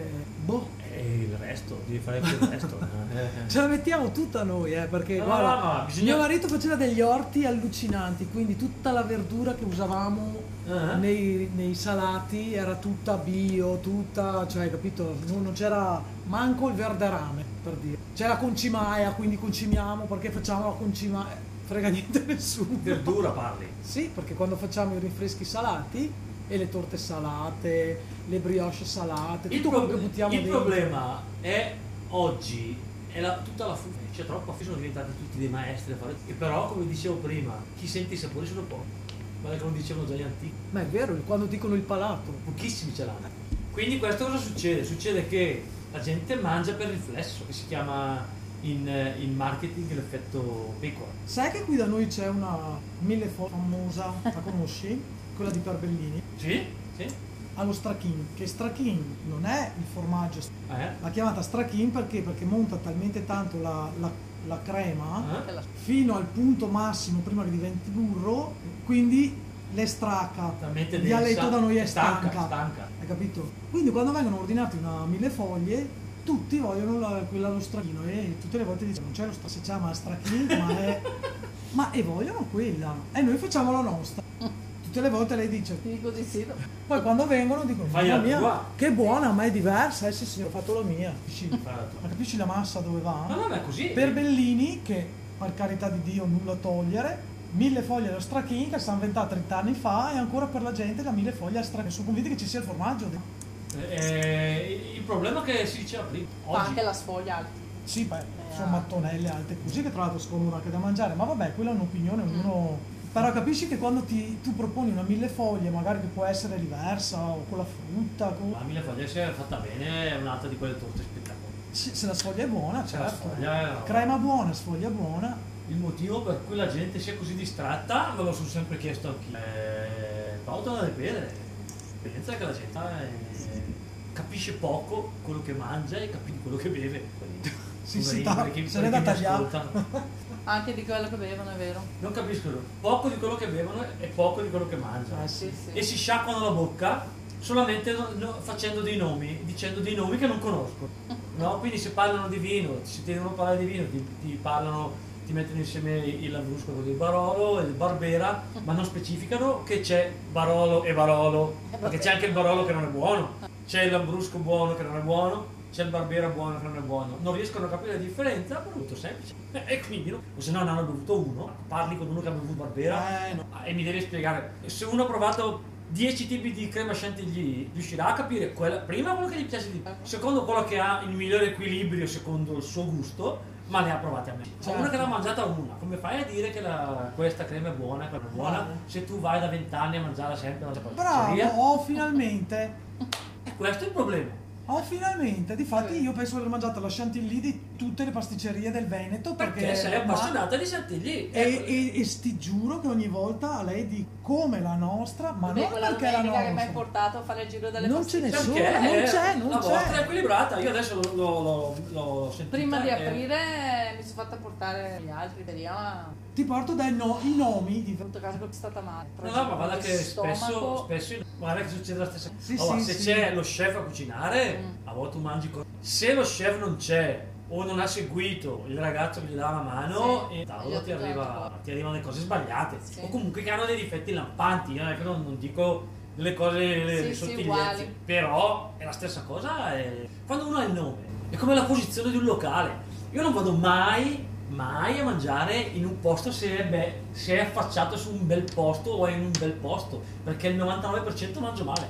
boh, E il resto, devi fare anche il resto. ce la mettiamo tutta noi, eh, perché No, guarda, no, no, bisogna- mio marito faceva degli orti allucinanti, quindi tutta la verdura che usavamo Ah. nei, nei salati era tutta bio, tutta, cioè, capito, non, non c'era manco il verderame, per dire. C'era concimaia, quindi concimiamo, perché facciamo la concimaia, frega niente a nessuno. Verdura parli. Sì, perché quando facciamo i rinfreschi salati e le torte salate, le brioche salate, tutto quello che prob- buttiamo il dentro. problema è oggi è la- tutta la fuga c'è troppa fuga sono diventati tutti dei maestri a fare e però come dicevo prima chi sente i sapori sono pochi guarda che lo dicevano già gli antichi Ma è vero, quando dicono il palato. pochissimi ce l'hanno quindi questo cosa succede? succede che la gente mangia per riflesso che si chiama in, eh, in marketing l'effetto pecora Sai che qui da noi c'è una mille fo- famosa, la conosci? Quella di Perbellini, sì? sì? Eh? allo strachin, che strachin non è il formaggio, Eh? l'ha chiamata strachin perché? Perché monta talmente tanto la, la- la crema Eh? fino al punto massimo prima che diventi burro, quindi le stracca. Talmente Il densa. dialetto da noi è stanca, stanca. stanca. Hai capito? Quindi quando vengono ordinati una mille foglie, tutti vogliono la- quella allo stracchino e tutte le volte dicono non c'è lo stracchino, si chiama stracchino, ma è... ma e vogliono quella. E noi facciamo la nostra. Tutte le volte lei dice. Ti dico di sì. no? Poi quando vengono dicono, Fai mamma la mia, tua." che buona, ma è diversa. Eh sì sì, ho fatto la mia. Capisci? Fai la tua. Ma capisci la massa dove va? No, no, ma è così. Eh. Per Bellini, che per carità di Dio nulla togliere, mille foglie alla stracchini che si è inventata 30 anni fa e ancora per la gente la mille foglie alla stracchini. Sono convinti che ci sia il formaggio. Eh, il problema è che si diceva prima, Fa oggi anche la sfoglia alta. Sì, beh, sono mattonelle alte così che tra l'altro scomodo anche da mangiare, ma vabbè, quella è Mm. un'opinione, ognuno... Però capisci che quando ti- tu proponi una mille foglie, magari che può essere diversa o con la frutta, con- la mille foglie se è fatta bene è un'altra di quelle torte spettacolari. se, se la sfoglia è buona, Se la certo. sfoglia è- Crema buona, sfoglia buona. Il motivo per cui la gente si è così distratta me lo sono sempre chiesto anch'io. Eh, Pautala deve vedere, pensa che la gente eh, capisce poco quello che mangia e capisce quello che beve. Sì, sì, Poverini, ta- perché- se l'è perché da mi tagliare. ascoltano. Anche di quello che bevono, è vero. Non capiscono poco di quello che bevono e poco di quello che mangiano. Eh sì. e si sciacquano la bocca solamente no- no- facendo dei nomi, dicendo dei nomi che non conosco. No? Quindi se parlano di vino, se ti devono parlare di vino, ti, ti parlano, ti mettono insieme il lambrusco con il Barolo e il Barbera, ma non specificano che c'è Barolo e Barolo, perché c'è anche il Barolo che non è buono, c'è il lambrusco buono che non è buono, c'è il barbiere buono che non è buono, non riescono a capire la differenza per un molto semplice. E quindi, no? o se no ne hanno bevuto uno, parli con uno che ha bevuto Barbera Eh, no. e mi devi spiegare, se uno ha provato 10 tipi di crema chantilly, riuscirà a capire quella, prima quello che gli piace di più, secondo quello che ha il migliore equilibrio secondo il suo gusto, ma ne ha provate a me. C'è Certo. uno che l'ha mangiata una, come fai a dire che la- questa crema è buona, quella è buona, Bravo. se tu vai da vent'anni a mangiarla sempre alla Bravo, pasticceria? ho finalmente. Cioè, E questo è il problema. Ho Oh, finalmente. Difatti, io penso di aver mangiato la chantilly di tutte le pasticcerie del Veneto perché. Perché sei ma- appassionata di Chantilly. Ecco. E, e, e sti giuro che ogni volta a lei di come la nostra, ma non quella perché la domenica che mi hai nostra. portato a fare il giro delle Non ce ne pasticcerie. sono, Perché non c'è, non la c'è. vostra è equilibrata. Io adesso l'ho, l'ho, l'ho, l'ho sentita. Prima di e- aprire mi sono fatta portare gli altri, vediamo. Ti porto dai no- i nomi di. tutto caso che è stata male. No, no, ma guarda Di che spesso, stomaco. spesso guarda che succede la stessa cosa. Sì, Allora, sì, se sì. c'è lo chef a cucinare, Mm. a volte tu mangi con... Se lo chef non c'è o non ha seguito il ragazzo che gli dà la mano, Sì. e Io cavolo, ti, ti do arriva, tipo- ti arrivano le cose sbagliate. Sì. O comunque che hanno dei difetti lampanti. Io non è che non, non dico delle cose le- Sì, le sì, sottigliezze, uguali. però è la stessa cosa. è- Quando uno ha il nome, è come la posizione di un locale. Io non vado mai, mai a mangiare in un posto se è, be- se è affacciato su un bel posto o è in un bel posto, perché il 99% mangio male,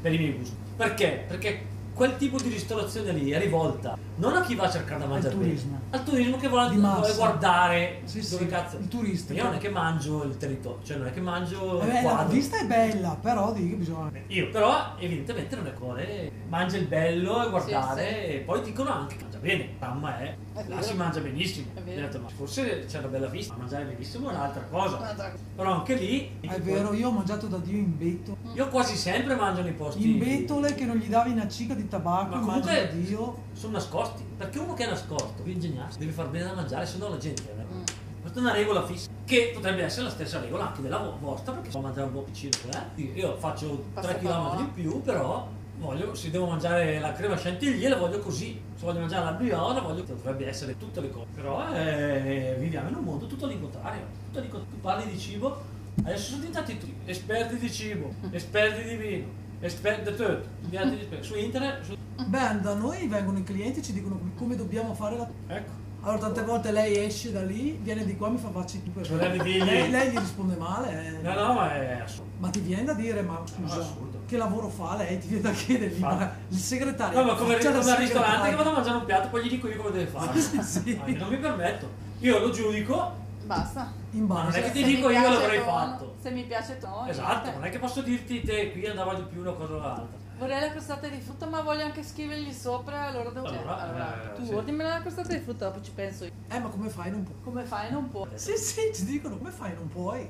per i miei gusti. Perché? Perché quel tipo di ristorazione lì è rivolta non a chi va a cercare da mangiare bene, turismo. al turismo che vuole, Di vuole massa. guardare Sì, dove sì, cazzo. il turista. Eh, Io non è che mangio il territorio, cioè non è che mangio il Vabbè, la quadro. vista è bella, però di che bisogna. Io però evidentemente non è cuore, mangia il bello e guardare e poi dicono anche che mangia bene, mamma è, È là vero. si mangia benissimo. È vero. Io ho detto, ma forse c'è una bella vista, ma mangiare benissimo è un'altra cosa. Un'altra cosa. Però anche lì È vero, io ho mangiato da Dio in betto. io quasi sempre mangio nei posti In betole che non gli davi una cica di tabacco, Ma mangio da comunque- Dio. sono nascosti, perché uno che è nascosto, vi ingegnarsi, deve far bene da mangiare, se no la gente. eh. Mm. Questa è una regola fissa, che potrebbe essere la stessa regola anche della vo- vostra, perché so mangiare un po' piccino, eh. Io faccio 3 Passaparola. km in più, però voglio, se devo mangiare la crema chantilly la voglio così, se voglio mangiare la brioche la voglio, dovrebbe essere tutte le cose. Però eh, viviamo in un mondo tutto all'incontrario, tutto all'incontrario. Tu parli di cibo, adesso sono diventati tutti esperti di cibo, esperti di vino, esperti di tutto, diventati esperti. su internet, su- Beh, da noi vengono i clienti e ci dicono come dobbiamo fare la. ecco. Allora, tante volte lei esce da lì, viene di qua mi fa facci tu per Vorrebbe dirgli- lei, lei gli risponde male. eh. No, no, ma è assurdo. Ma ti viene da dire, ma scusa, assurdo. che lavoro fa lei? Ti viene da chiedergli, Fa- ma il segretario. No, ma come, c'è la come al ristorante segretaria. che vado a mangiare un piatto, poi gli dico io come deve fare. Sì, sì. Ma io non mi permetto. Io lo giudico, Basta. Cioè, In Non è base. che Se ti mi dico io piace l'avrei buono, fatto. Se mi piace tu. esatto, non è che posso dirti te qui andava di più una cosa o l'altra. Cioè, Vorrei la crostata di frutta, ma voglio anche scrivergli sopra, allora devo... Allora, Cioè, allora, eh, tu sì. ordinami la crostata di frutta, dopo ci penso io. Eh, ma come fai? Non puoi. Come fai? Non puoi. Sì, sì, ci dicono, come fai? Non puoi.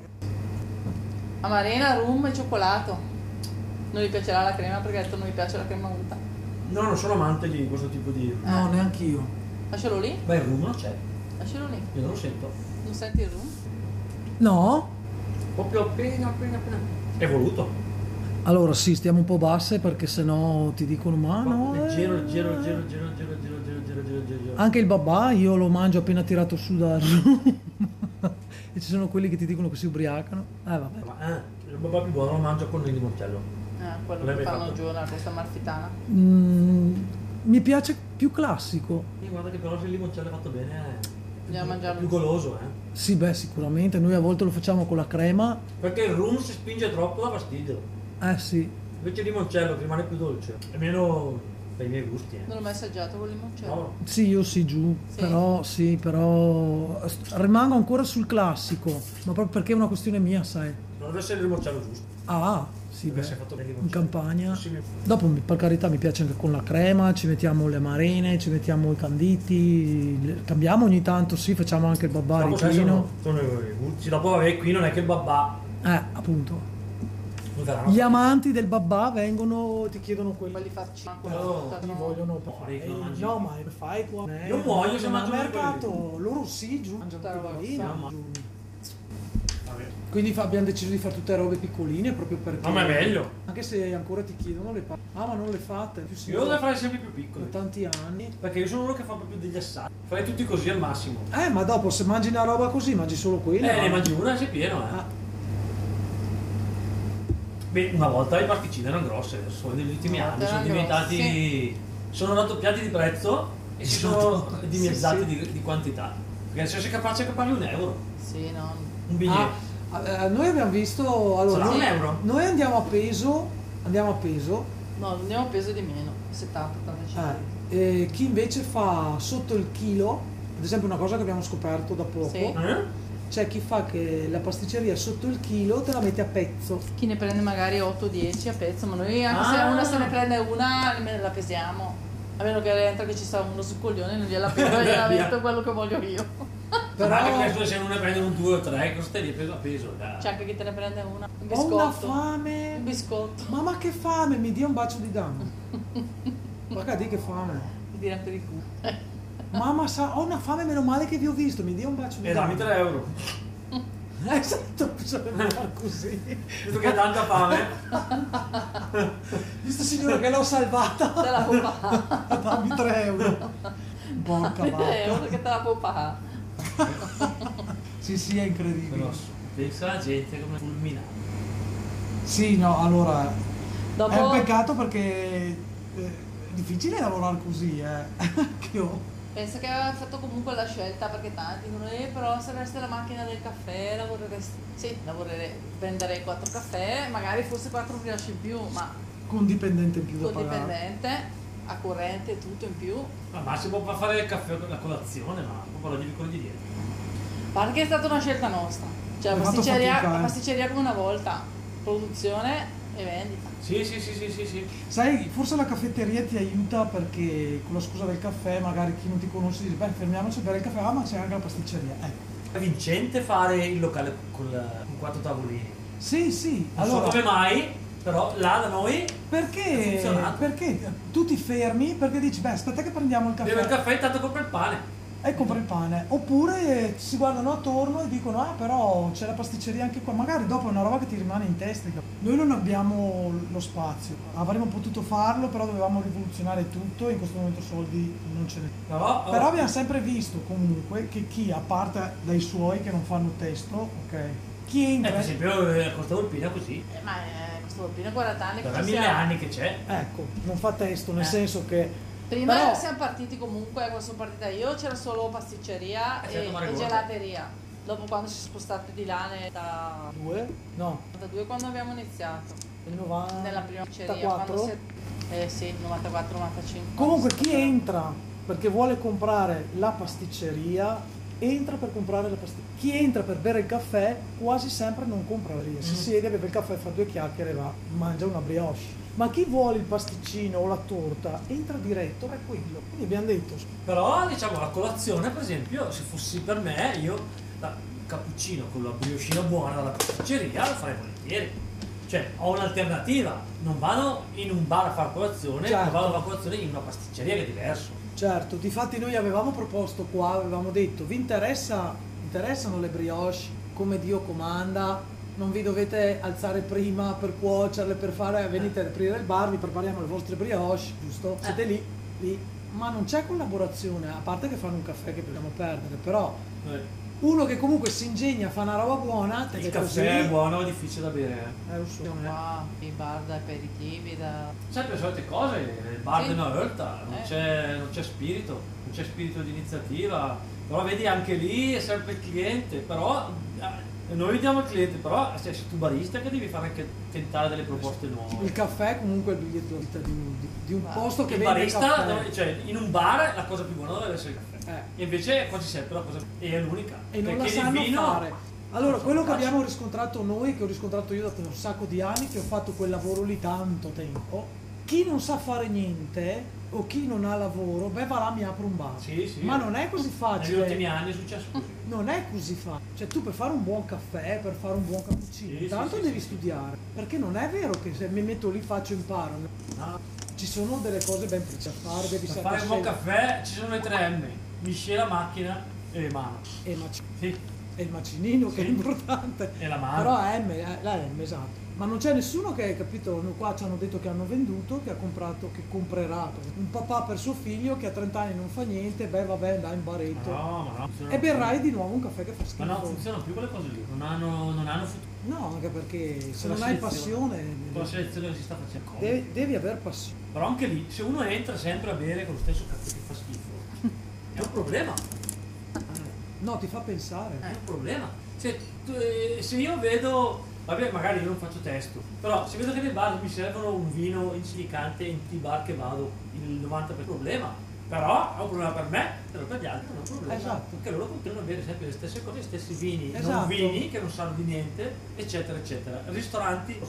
Amarena, rum e cioccolato. Non gli piacerà la crema perché ha detto non mi piace la crema unta. No, non sono amante di questo tipo di... No, neanche io. Lascialo lì, Ma il rum non c'è, lascialo lì. io non lo sento. Non senti il rum? No? Proprio appena, appena, appena. È voluto. Allora, sì, stiamo un po' basse perché sennò ti dicono, ma no. eh. Ah. Leggero, leggero, leggero, leggero, leggero, leggero, leggero, leggero, leggero, leggero. Anche il babà io lo mangio appena tirato su dal rum. e ci sono quelli che ti dicono che si ubriacano. Eh vabbè. Ma eh, il babà più buono lo mangio con il limoncello. Ah, quello L'hai che mai fanno fatto? giù nella costa marfitana. Mm, mi piace più classico. Io guarda che però se il limoncello è fatto bene è Bisogna mangiarlo. più goloso, eh. Sì, beh, sicuramente. Noi a volte lo facciamo con la crema. Perché il rum si spinge troppo da fastidio. Eh sì. Invece il limoncello che rimane più dolce, è meno per i miei gusti. Eh. Non l'ho mai assaggiato con il Certo. limoncello. No, Sì, io sì giù, Sì. però sì, però st- rimango ancora sul classico, ma proprio perché è una questione mia, sai. non deve essere il limoncello giusto. Ah, sì, Deve beh, essere fatto bene il in limoncello. campagna. Sì, mi- Dopo, mi- per carità, mi piace anche con la crema, ci mettiamo le marene, ci mettiamo i canditi, le- cambiamo ogni tanto, sì, facciamo anche il babà Dopo sai, sono, ripieno. sono i gusti. Dopo vabbè, qui non è che il babà Eh, appunto. non verrà. Gli amanti del babà vengono, ti chiedono quello. Quelli farci anche No, frutta, ti no? fare. Eh, No, no, ma fai qua. Io muoio se mangio al quelli. mercato, loro sì, giù. Mangiano tutta roba lì, rossa. no, giù. Vabbè. Quindi fa- abbiamo deciso di fare tutte robe piccoline proprio perché. No, ma è meglio. Anche se ancora ti chiedono le pa- Ah, ma non le fate. Più Io devo fare sempre più piccoli. Da tanti anni. Perché io sono uno che fa proprio degli assaggi. Fai tutti così al massimo. Eh, ma dopo se mangi una roba così, mangi solo quella. Eh, ne mangi una e sei pieno, eh. Ah. Beh, una volta le particine erano grosse, adesso negli ultimi anni Una Ah, volta sono erano diventati sono raddoppiati di prezzo e si sono dimezzati Di, di quantità. Perché se sei capace a capargli un euro, Sì, no. un biglietto. Ah, eh, noi abbiamo visto. Allora, Sarà noi, un euro? noi andiamo a peso. Andiamo a peso. No, andiamo a peso di meno. 70-80 Ah. centesimi. eh, e chi invece fa sotto il chilo, ad esempio, una cosa che abbiamo scoperto da poco. Sì. Eh? C'è chi fa che la pasticceria sotto il chilo te la mette a pezzo. Chi ne prende magari 8-10 a pezzo, ma noi anche se Ah. una se ne prende una, almeno la pesiamo. A meno che dentro che ci sta uno sul coglione, non gliela pego e gliela Via. metto quello che voglio io. Però anche Però questo se non ne prendono un 2 o 3, costa lì peso a peso. da- C'è anche chi te ne prende una. Un ho una biscotto. Un fame. biscotto. Mamma che fame, mi dia un bacio di dama. Ma di che fame. Ti dirà per il culo. Mamma sa, ho una fame, meno male che vi ho visto, mi dia un bacio di E Eh, dammi dama. 3 euro. Esatto, bisogna fare così. Visto che ha tanta fame, Visto signore che l'ho salvata, Te la può fare. dammi 3 euro. Porca Eh, vacca. ora che te la può fare. Sì, sì, è incredibile. però pensa alla gente come fulminante. Sì, no, allora Dopo è un peccato perché eh, è difficile lavorare così, eh. Che ho- penso che aveva fatto comunque la scelta perché tanti dicono eh però saresti la macchina del caffè lavoreresti sì lavorerei prenderei quattro caffè magari forse quattro rilasci in più ma con un dipendente in più da con pagare. dipendente a corrente e tutto in più Ma Massimo può fare il caffè con la colazione, ma proprio la devi con di dietro. pare che è stata una scelta nostra cioè Hai fatto pasticceria, fatica, eh. pasticceria come una volta produzione e vendita Sì, sì, sì, sì, sì, sì. Sai, forse la caffetteria ti aiuta perché con la scusa del caffè, magari chi non ti conosce dice, beh, fermiamoci a bere il caffè, ah, ma c'è anche la pasticceria. Ecco. È vincente fare il locale con, la- con quattro tavolini. Sì, sì, Non so come mai, però là da noi Ha perché, funzionato. perché tu ti fermi perché dici, beh, aspetta che prendiamo il beve il caffè caffè intanto compra il pane. e compri il pane. Oppure si guardano attorno e dicono, ah, però c'è la pasticceria anche qua. Magari dopo è una roba che ti rimane in testa. Noi non abbiamo lo spazio. Avremmo potuto farlo, però dovevamo rivoluzionare tutto e in questo momento soldi non ce ne sono. Però, oh, Ah, Però abbiamo sempre visto comunque che chi, a parte dai suoi che non fanno testo, ok, chi eh, per entra... esempio eh, la Costa Urpina è così. Eh, ma eh, questo bambino a 40 anni Da cosa mille siamo? anni che c'è. Ecco, non fa testo, nel Eh. senso che... Prima Però- siamo partiti comunque, quando sono partita io c'era solo pasticceria Eh, e, certo, Mario e Gordo. gelateria. Dopo quando si sono spostati di là nel da Due? No, 92 quando abbiamo iniziato, nel 90... nella prima pasticceria, quando 94. si è- eh sì, 94-95. Comunque chi entra perché vuole comprare la pasticceria, entra per comprare la pasticceria. Chi entra per bere il caffè quasi sempre non compra la ria, si Mm. siede, beve il caffè, fa due chiacchiere e va, mangia una brioche. Ma chi vuole il pasticcino o la torta entra diretto, è quello. Quindi abbiamo detto, Però diciamo la colazione, per esempio, se fossi per me, io la il cappuccino con la briochina buona dalla pasticceria lo farei volentieri. Cioè, ho un'alternativa. Non vado in un bar a fare colazione, Certo. ma vado a fare colazione in una pasticceria che è diverso. Certo, difatti noi avevamo proposto qua, avevamo detto, vi interessa, interessano le brioche come Dio comanda, non vi dovete alzare prima per cuocerle, per fare, eh, Eh. venite ad aprire il bar, vi prepariamo le vostre brioche, giusto? Siete lì, lì. Ma non c'è collaborazione, a parte che fanno un caffè che dobbiamo perdere, però uno che comunque si ingegna, fa una roba buona, te Il le caffè così, è buono, è difficile da bere. eh. Eh, lo so. Qua, i bar da aperitivi, da... Sempre le solite cose, il bar Sì. della Horta, non, Eh. c'è, non c'è spirito, non c'è spirito di iniziativa, però vedi anche lì è sempre il cliente, però eh, noi vediamo il cliente, però se sei tu barista che devi fare anche tentare delle proposte Il nuove. caffè comunque è il biglietto da vita di un, di- di un Ma posto che Il vende barista, caffè. deve- cioè in un bar la cosa più buona deve essere il caffè. Eh. E invece qua c'è sempre la cosa e è l'unica. e non la Perché il sanno vino- eh, fare. non Allora, so, quello che facile. abbiamo riscontrato noi, che ho riscontrato io dopo un sacco di anni, che ho fatto quel lavoro lì tanto tempo, chi non sa fare niente o chi non ha lavoro, beh va là mi apro un bar. Sì, sì. Ma non è così Negli ultimi facile. anni è successo così. Non è così facile. Cioè tu per fare un buon caffè, per fare un buon cappuccino, Sì, intanto sì, sì, devi sì, sì. studiare. Perché non è vero che se mi metto lì faccio imparo. No. Ci sono delle cose ben precise da fare, devi Ah, Per saper fare un buon scegliere. caffè ci sono le 3M, miscela, macchina e mano. Eh, ma c- Sì. E è il macinino che è importante. E la mano. Però è M, eh, la M, esatto. Ma non c'è nessuno che, capito, no, qua ci hanno detto che hanno venduto, che ha comprato, che comprerà. Un papà per suo figlio che a 30 anni non fa niente, beh vabbè, dai in Ma baretto. Ah, no, ma no. funzionano E berrai di nuovo un caffè che fa più. schifo. Ma no, funzionano più quelle cose lì. Non hanno, non hanno futuro. No, anche perché se Con la non hai selezione. passione, Con la selezione che si sta facendo. Come? devi, devi aver passione. Però anche lì, se uno entra sempre a bere con lo stesso caffè che fa schifo, è un problema. No, ti fa pensare. Eh, È un problema. Cioè, tu- eh, se io vedo, vabbè, magari io non faccio testo, però se vedo che nei bar mi servono un vino insilicante in tutti i bar che vado, il 90% per problema. Però è un problema per me, però per gli altri non è un problema. Esatto. Perché loro continuano a bere sempre le stesse cose, gli stessi vini, non Esatto. vini che non sanno di niente, eccetera, eccetera. Ristoranti,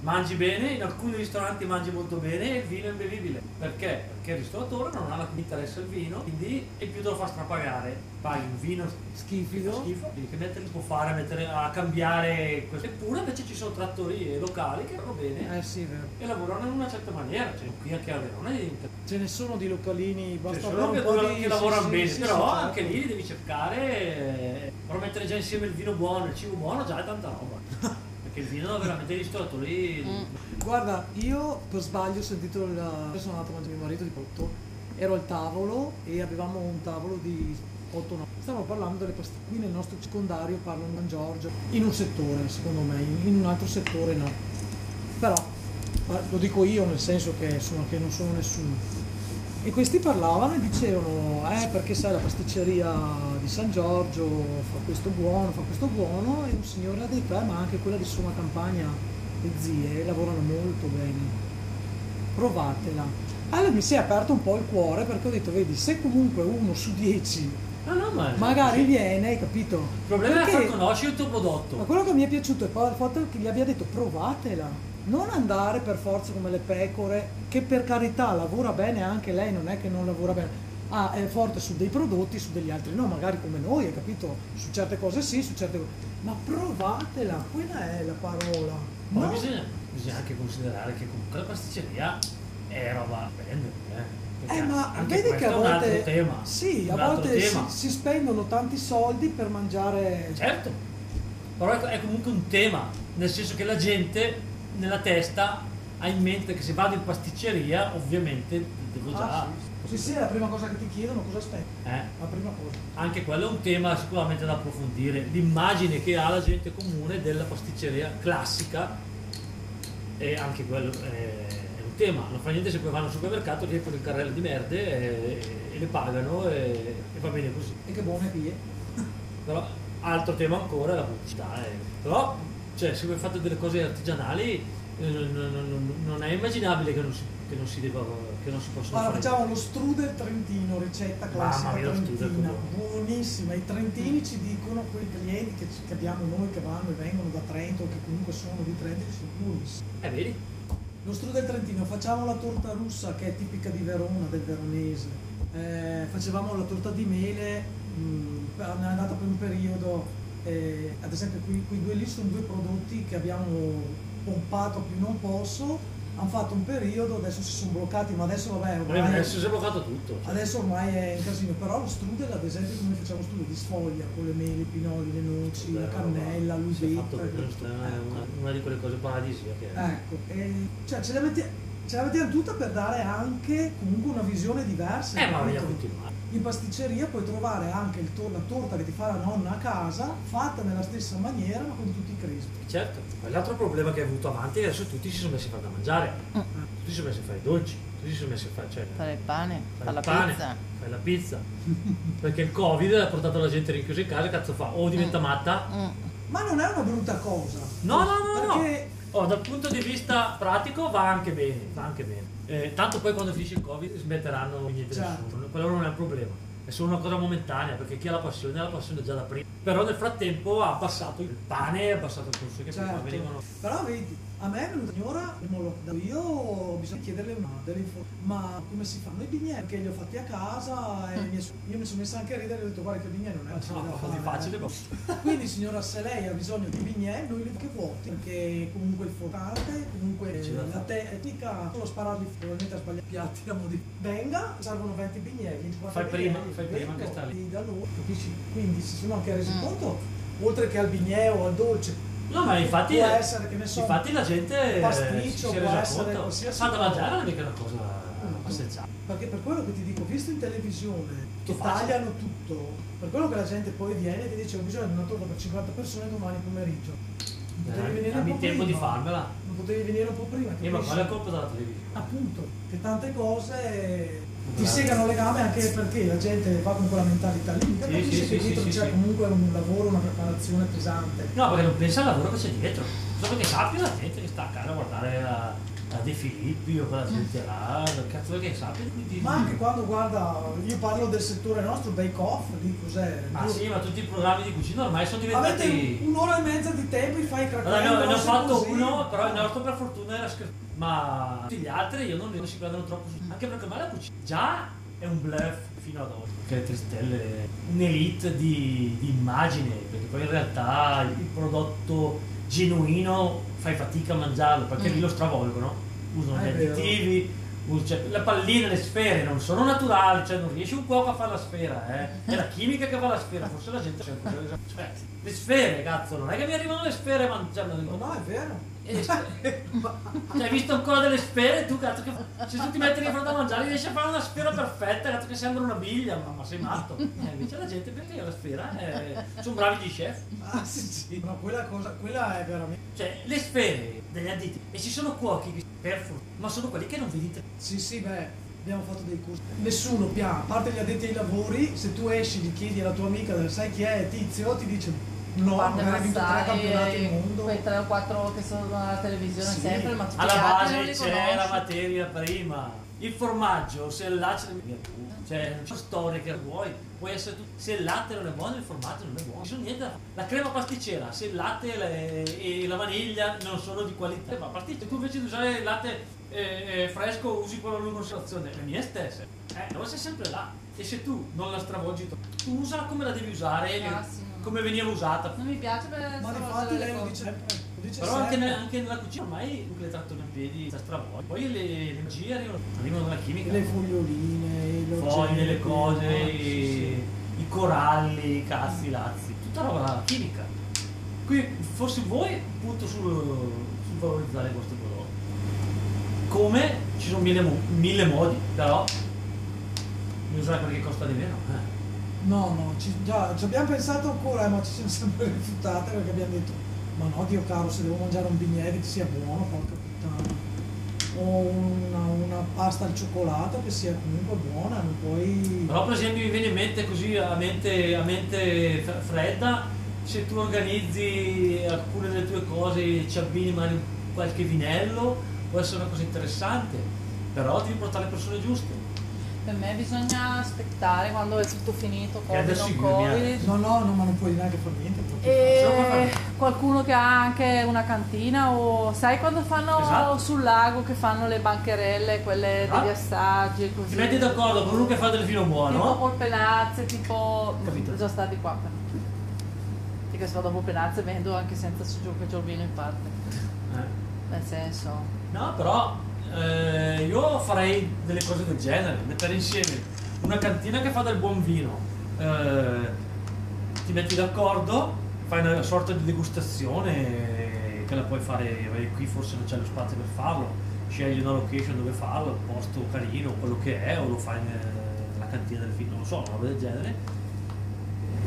mangi bene, in alcuni ristoranti mangi molto bene e il vino è imbevibile. Perché? Perché il ristoratore non ha interesse al vino, quindi e più te lo fa strapagare. Paghi un vino Schifido. schifo che mettere può fare mettere a cambiare questo eppure invece ci sono trattorie locali che vanno bene Eh sì, è vero. e lavorano in una certa maniera cioè qui anche a Verona è niente Ce ne sono di localini, cioè, basta sono avere che, un po' due- di... che lavorano sì, bene sì, però sì, anche certo. lì devi cercare eh, però mettere già insieme il vino buono e il cibo buono già è tanta roba perché il vino veramente ristorato lì Guarda, io per sbaglio ho sentito la... Io sono andato a mangiare mio marito di Porto, ero al tavolo e avevamo un tavolo di 8 9 Stavo parlando delle pasticche, qui nel nostro secondario parlano di San Giorgio, in un settore secondo me, in in un altro settore no. Però eh, lo dico io nel senso che insomma che non sono nessuno. E questi parlavano e dicevano, eh perché sai la pasticceria di San Giorgio fa questo buono, fa questo buono, e un signore ha detto, eh ma anche quella di Somma Campagna, le zie, lavorano molto bene, provatela. Allora mi si è aperto un po' il cuore perché ho detto, vedi, se comunque uno su dieci no no ma magari viene, hai capito? Eh, il problema è Perché- far conoscere il tuo ma prodotto quello che mi è piaciuto è poi il fatto che gli abbia detto provatela, non andare per forza come le pecore, che per carità lavora bene anche lei, non è che non lavora bene. Ah, è forte su dei prodotti, su degli altri no, magari come noi, hai capito? Su certe cose sì, su certe cose... Ma provatela, quella è la parola. poi No? bisogna, bisogna anche considerare che comunque la pasticceria è roba prendere eh, Eh, Perché ma anche vedi che questo a è un altro volte... tema un Sì, a altro volte si, tema. si spendono tanti soldi per mangiare... Certo, però è è comunque un tema, nel senso che la gente nella testa ha in mente che se vado in pasticceria ovviamente devo già... Ah, sì. sì, sì, è la prima cosa che ti chiedono, cosa aspetti? eh, La prima cosa. anche quello è un tema sicuramente da approfondire, l'immagine che ha la gente comune della pasticceria classica e anche quello è, è un tema, non fa niente se poi vanno al supermercato, riempiono il carrello di merde e, e le pagano e, e va bene così. E che buone pie. Però altro tema ancora è la pubblicità. eh. Però, cioè, se voi fate delle cose artigianali, eh, non, non- non- non è immaginabile che non si, che non si debba. che non si possono Allora, fare. facciamo lo strudel trentino, ricetta Mamma classica mia, lo strudel trentina, che buonissima. I trentini ci dicono quei clienti che, che abbiamo noi che vanno e vengono da Trento, che comunque sono di Trento, sono buonissimi. Eh, vedi? Lo strudel trentino, facciamo la torta russa che è tipica di Verona, del veronese. Eh, facevamo la torta di mele, mh, è andata per un periodo. eh, ad esempio, qui- quei due lì sono due prodotti che abbiamo pompato più non posso. Hanno fatto un periodo, adesso si sono bloccati, ma adesso vabbè, Ma adesso si è bloccato tutto. cioè. Adesso ormai è un casino, però lo strudel, ad esempio, come facciamo strudel di sfoglia con le mele, i pinoli, le noci, Beh, la cannella, roba, si è fatto l'uvetta. vedere, tutto. è una, Ecco, una di quelle cose paradisiache. ecco. E, cioè ce la, metti- ce la mettiamo tutta per dare anche comunque una visione diversa. Eh, ma capito? vogliamo continuare. In pasticceria puoi trovare anche il tor- la torta che ti fa la nonna a casa, fatta nella stessa maniera ma con tutti i crispi. Certo, ma l'altro problema che hai avuto avanti è che adesso tutti si sono messi a fare da mangiare, Mm. tutti si sono messi a fare i dolci, tutti si sono messi a fare. Cioè, Fare il pane, Fai fare la il pane, pizza. Fai la pizza. Perché il Covid ha portato la gente rinchiusa in casa, cazzo fa? O Eh. diventa matta? Mm. Ma non è una brutta cosa. No, no, no, no. Perché Oh, dal punto di vista pratico va anche bene, va anche bene. Eh, tanto poi quando finisce il Covid smetteranno niente Certo. nessuno. Quello non è un problema. È solo una cosa momentanea, perché chi ha la passione ha la passione già da prima. Però nel frattempo ha abbassato il pane, ha abbassato il consumo che prima Certo. venivano. Però vedi, a me è venuta signora il moloco. Io bisogna chiederle una, delle informazioni. Ma come si fanno i bignè? Che li ho fatti a casa e mi è- io mi sono messa anche a ridere e ho detto guarda che il bignè non è facile Mm. Ah, No, da così fare. eh." facile, ma- Quindi signora, se lei ha bisogno di bignè, noi li che vuoti. Perché comunque il focante, comunque Ci dà la fare. tecnica, solo spararli probabilmente a sbagliare i piatti da modi. Venga, servono 20 bignè, 24 Fai prima, bignè, fai prima che sta lì. vengo, Da lui, capisci? Quindi si sono anche resi Mm. conto oltre che al bigneo, al dolce. No, ma infatti, Può essere, che ne so, infatti la gente eh, pasticcio, si è può resa essere conto. qualsiasi Far da cosa. mangiare non è mica una cosa Mm. passeggiata. Perché per quello che ti dico, visto in televisione che Tutto facile. tagliano tutto, per quello che la gente poi viene e ti dice ho bisogno di una torta per 50 persone domani pomeriggio. Potevi Eh, venire un dammi po' il tempo di prima. farmela. Non potevi venire un po' Eh, prima. ma capisci? qual è la colpa della televisione? Appunto, che tante cose ti Bravo. segano le gambe anche perché la gente va con quella mentalità lì, mica Sì, capisce sì, che sì, dietro sì, c'è sì. comunque un lavoro, una preparazione pesante. No, perché non pensa al lavoro che c'è dietro. Solo che sappia la gente che sta a casa a guardare la, la De Filippi o quella gente là, il cazzo che sappia. Quindi, Ma anche quando guarda, io parlo del settore nostro, bake off, lì cos'è? Ma Ah, sì, ma tutti i programmi di cucina ormai sono diventati... Avete un'ora e mezza di tempo e fai i Allora, cracchetti. ne ho, ne ho cose fatto così. uno, però il nostro per fortuna era scritto. Ma tutti gli altri io non non si prendono troppo su. Anche perché ormai la cucina già è un bluff fino ad oggi. Che le tristelle, un'elite di, di immagine, perché poi in realtà il prodotto genuino fai fatica a mangiarlo, perché Mm. lì lo stravolgono, usano Ah, gli è vero. additivi. us- cioè, la pallina, le sfere non sono naturali, cioè non riesce un cuoco a fare la sfera, eh. è la chimica che fa la sfera, forse la gente c'è ancora- cioè, le sfere, cazzo, non è che mi arrivano le sfere mangiando, No, no, è vero. eh, cioè, hai visto ancora delle sfere? Tu, cazzo, che se tu ti metti di fronte a mangiare, riesci a fare una sfera perfetta, cazzo, che sembra una biglia, ma, ma sei matto. Eh, invece la gente perché la sfera eh, sono bravi gli chef. Ah, sì, sì. Ma quella cosa, quella è veramente. Cioè, le sfere degli addetti, e ci sono cuochi che per fortuna, ma sono quelli che non vedete. Sì, sì, beh, abbiamo fatto dei corsi. Nessuno piano, a parte gli addetti ai lavori, se tu esci, gli chiedi alla tua amica, sai chi è Tizio, ti dice no, Guarda, magari ha vinto tre sai, eh, campionati al mondo. quei tre o quattro che sono alla televisione Sì. sempre, ma tutti gli Alla altri non base li c'è la conosci. materia prima. Il formaggio, se il latte cioè non c'è storia che vuoi, puoi essere tu. Se il latte non è buono, il formaggio non è buono. Non c'è niente da fare. La crema pasticcera, se il latte e le- e la vaniglia non sono di qualità, ma pasticcia, tu invece di usare il latte eh, eh, fresco usi quello a lungo conservazione, le mie stesse. Eh, allora sei sempre là. E se tu non la stravolgi, troppo, tu usala come la devi usare, Ah, sì, no. come veniva usata. Non mi piace per Ma stravolgere infatti le lei lo cose. dice sempre. Lo dice Però anche, sempre. ne- anche nella cucina ormai le trattano in piedi sta stravolta. Poi le energie arrivano, arrivano dalla chimica. Le foglioline, le Ah, le foglie, le cose, Sì, i, i coralli, i cazzi, i lazzi, tutta roba chimica. Qui forse voi punto sul, sul valorizzare il vostro prodotto. Come ci sono mille, mo- mille modi, però ne usare quello che costa di meno. eh. No, no, ci, già, ci abbiamo pensato ancora, eh, ma ci siamo sempre rifiutate perché abbiamo detto, ma no, Dio caro, se devo mangiare un bignè che sia buono, porca puttana, o una, una pasta al cioccolato che sia comunque buona, non puoi... Però per esempio mi viene in mente così a mente, a mente f- fredda, se tu organizzi alcune delle tue cose, ci abbini magari qualche vinello, può essere una cosa interessante, però devi portare le persone giuste. Per me bisogna aspettare quando è tutto finito, Covid, adesso non i grumi, eh. Covid. No, no, no, ma non puoi neanche fare niente. proprio. Eh. Solo qua E fanno. qualcuno che ha anche una cantina o sai quando fanno Esatto. sul lago che fanno le bancherelle, quelle Esatto. degli assaggi e così. Ti metti d'accordo con uno che fa del vino Tipo buono? polpenazze, tipo... Capito. Già stati qua però. Perché se vado a polpenazze vendo anche senza gioco giorbino in parte. Eh. Nel senso... No, però eh, io farei delle cose del genere, mettere insieme una cantina che fa del buon vino, eh, ti metti d'accordo, fai una sorta di degustazione eh, che la puoi fare, eh, qui forse non c'è lo spazio per farlo, scegli una location dove farlo, un posto carino, quello che è, o lo fai nel- nella cantina del vino, non lo so, una roba del genere.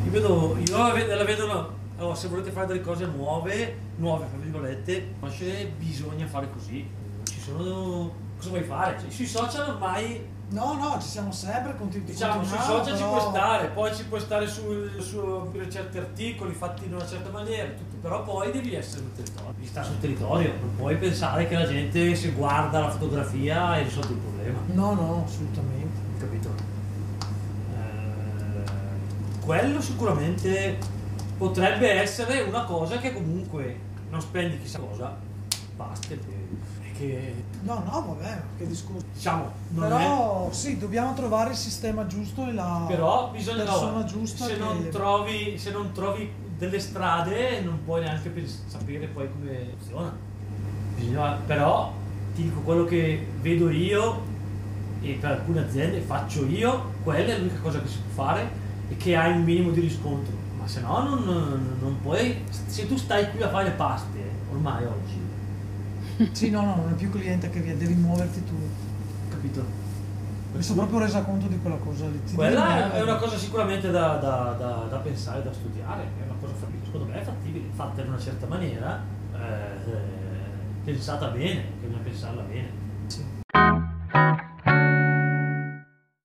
Io vedo, io la ve- la vedo, no. Allora, se volete fare delle cose nuove, nuove fra virgolette, ma se bisogna fare così. Ci sono. Cosa vuoi fare? Cioè, sui social ormai, No, no, ci siamo sempre, continu- diciamo, sui continuiamo, social ci però- puoi stare, poi ci puoi stare su, su certi articoli fatti in una certa maniera, tutto, però poi devi essere sul territorio. Devi stare sul territorio, non puoi pensare che la gente se guarda la fotografia hai risolto il problema. No, no, assolutamente. Capito? Eh, quello sicuramente potrebbe essere una cosa che comunque non spendi chissà cosa, basta. e Che, e che, No, no, vabbè, che discorso. diciamo, non è. Però sì, dobbiamo trovare il sistema giusto e la Però bisogna persona no, giusta. se, che- non trovi, se non trovi delle strade non puoi neanche pens- sapere poi come funziona. Bisogna- però ti dico quello che vedo io e per alcune aziende faccio io, quella è l'unica cosa che si può fare e che hai un minimo di riscontro. Ma ma se no non, non puoi. Se tu stai qui a fare le paste, ormai oggi, Sì, no, no, non è più cliente che viene, devi muoverti tu. capito? Mi sono proprio resa conto di quella cosa lì. Ti Quella devi- è una cosa sicuramente da, da- da- da pensare, da studiare, è una cosa fattibile, secondo me è fattibile, fatta in una certa maniera, eh, eh, pensata bene, bisogna pensarla bene.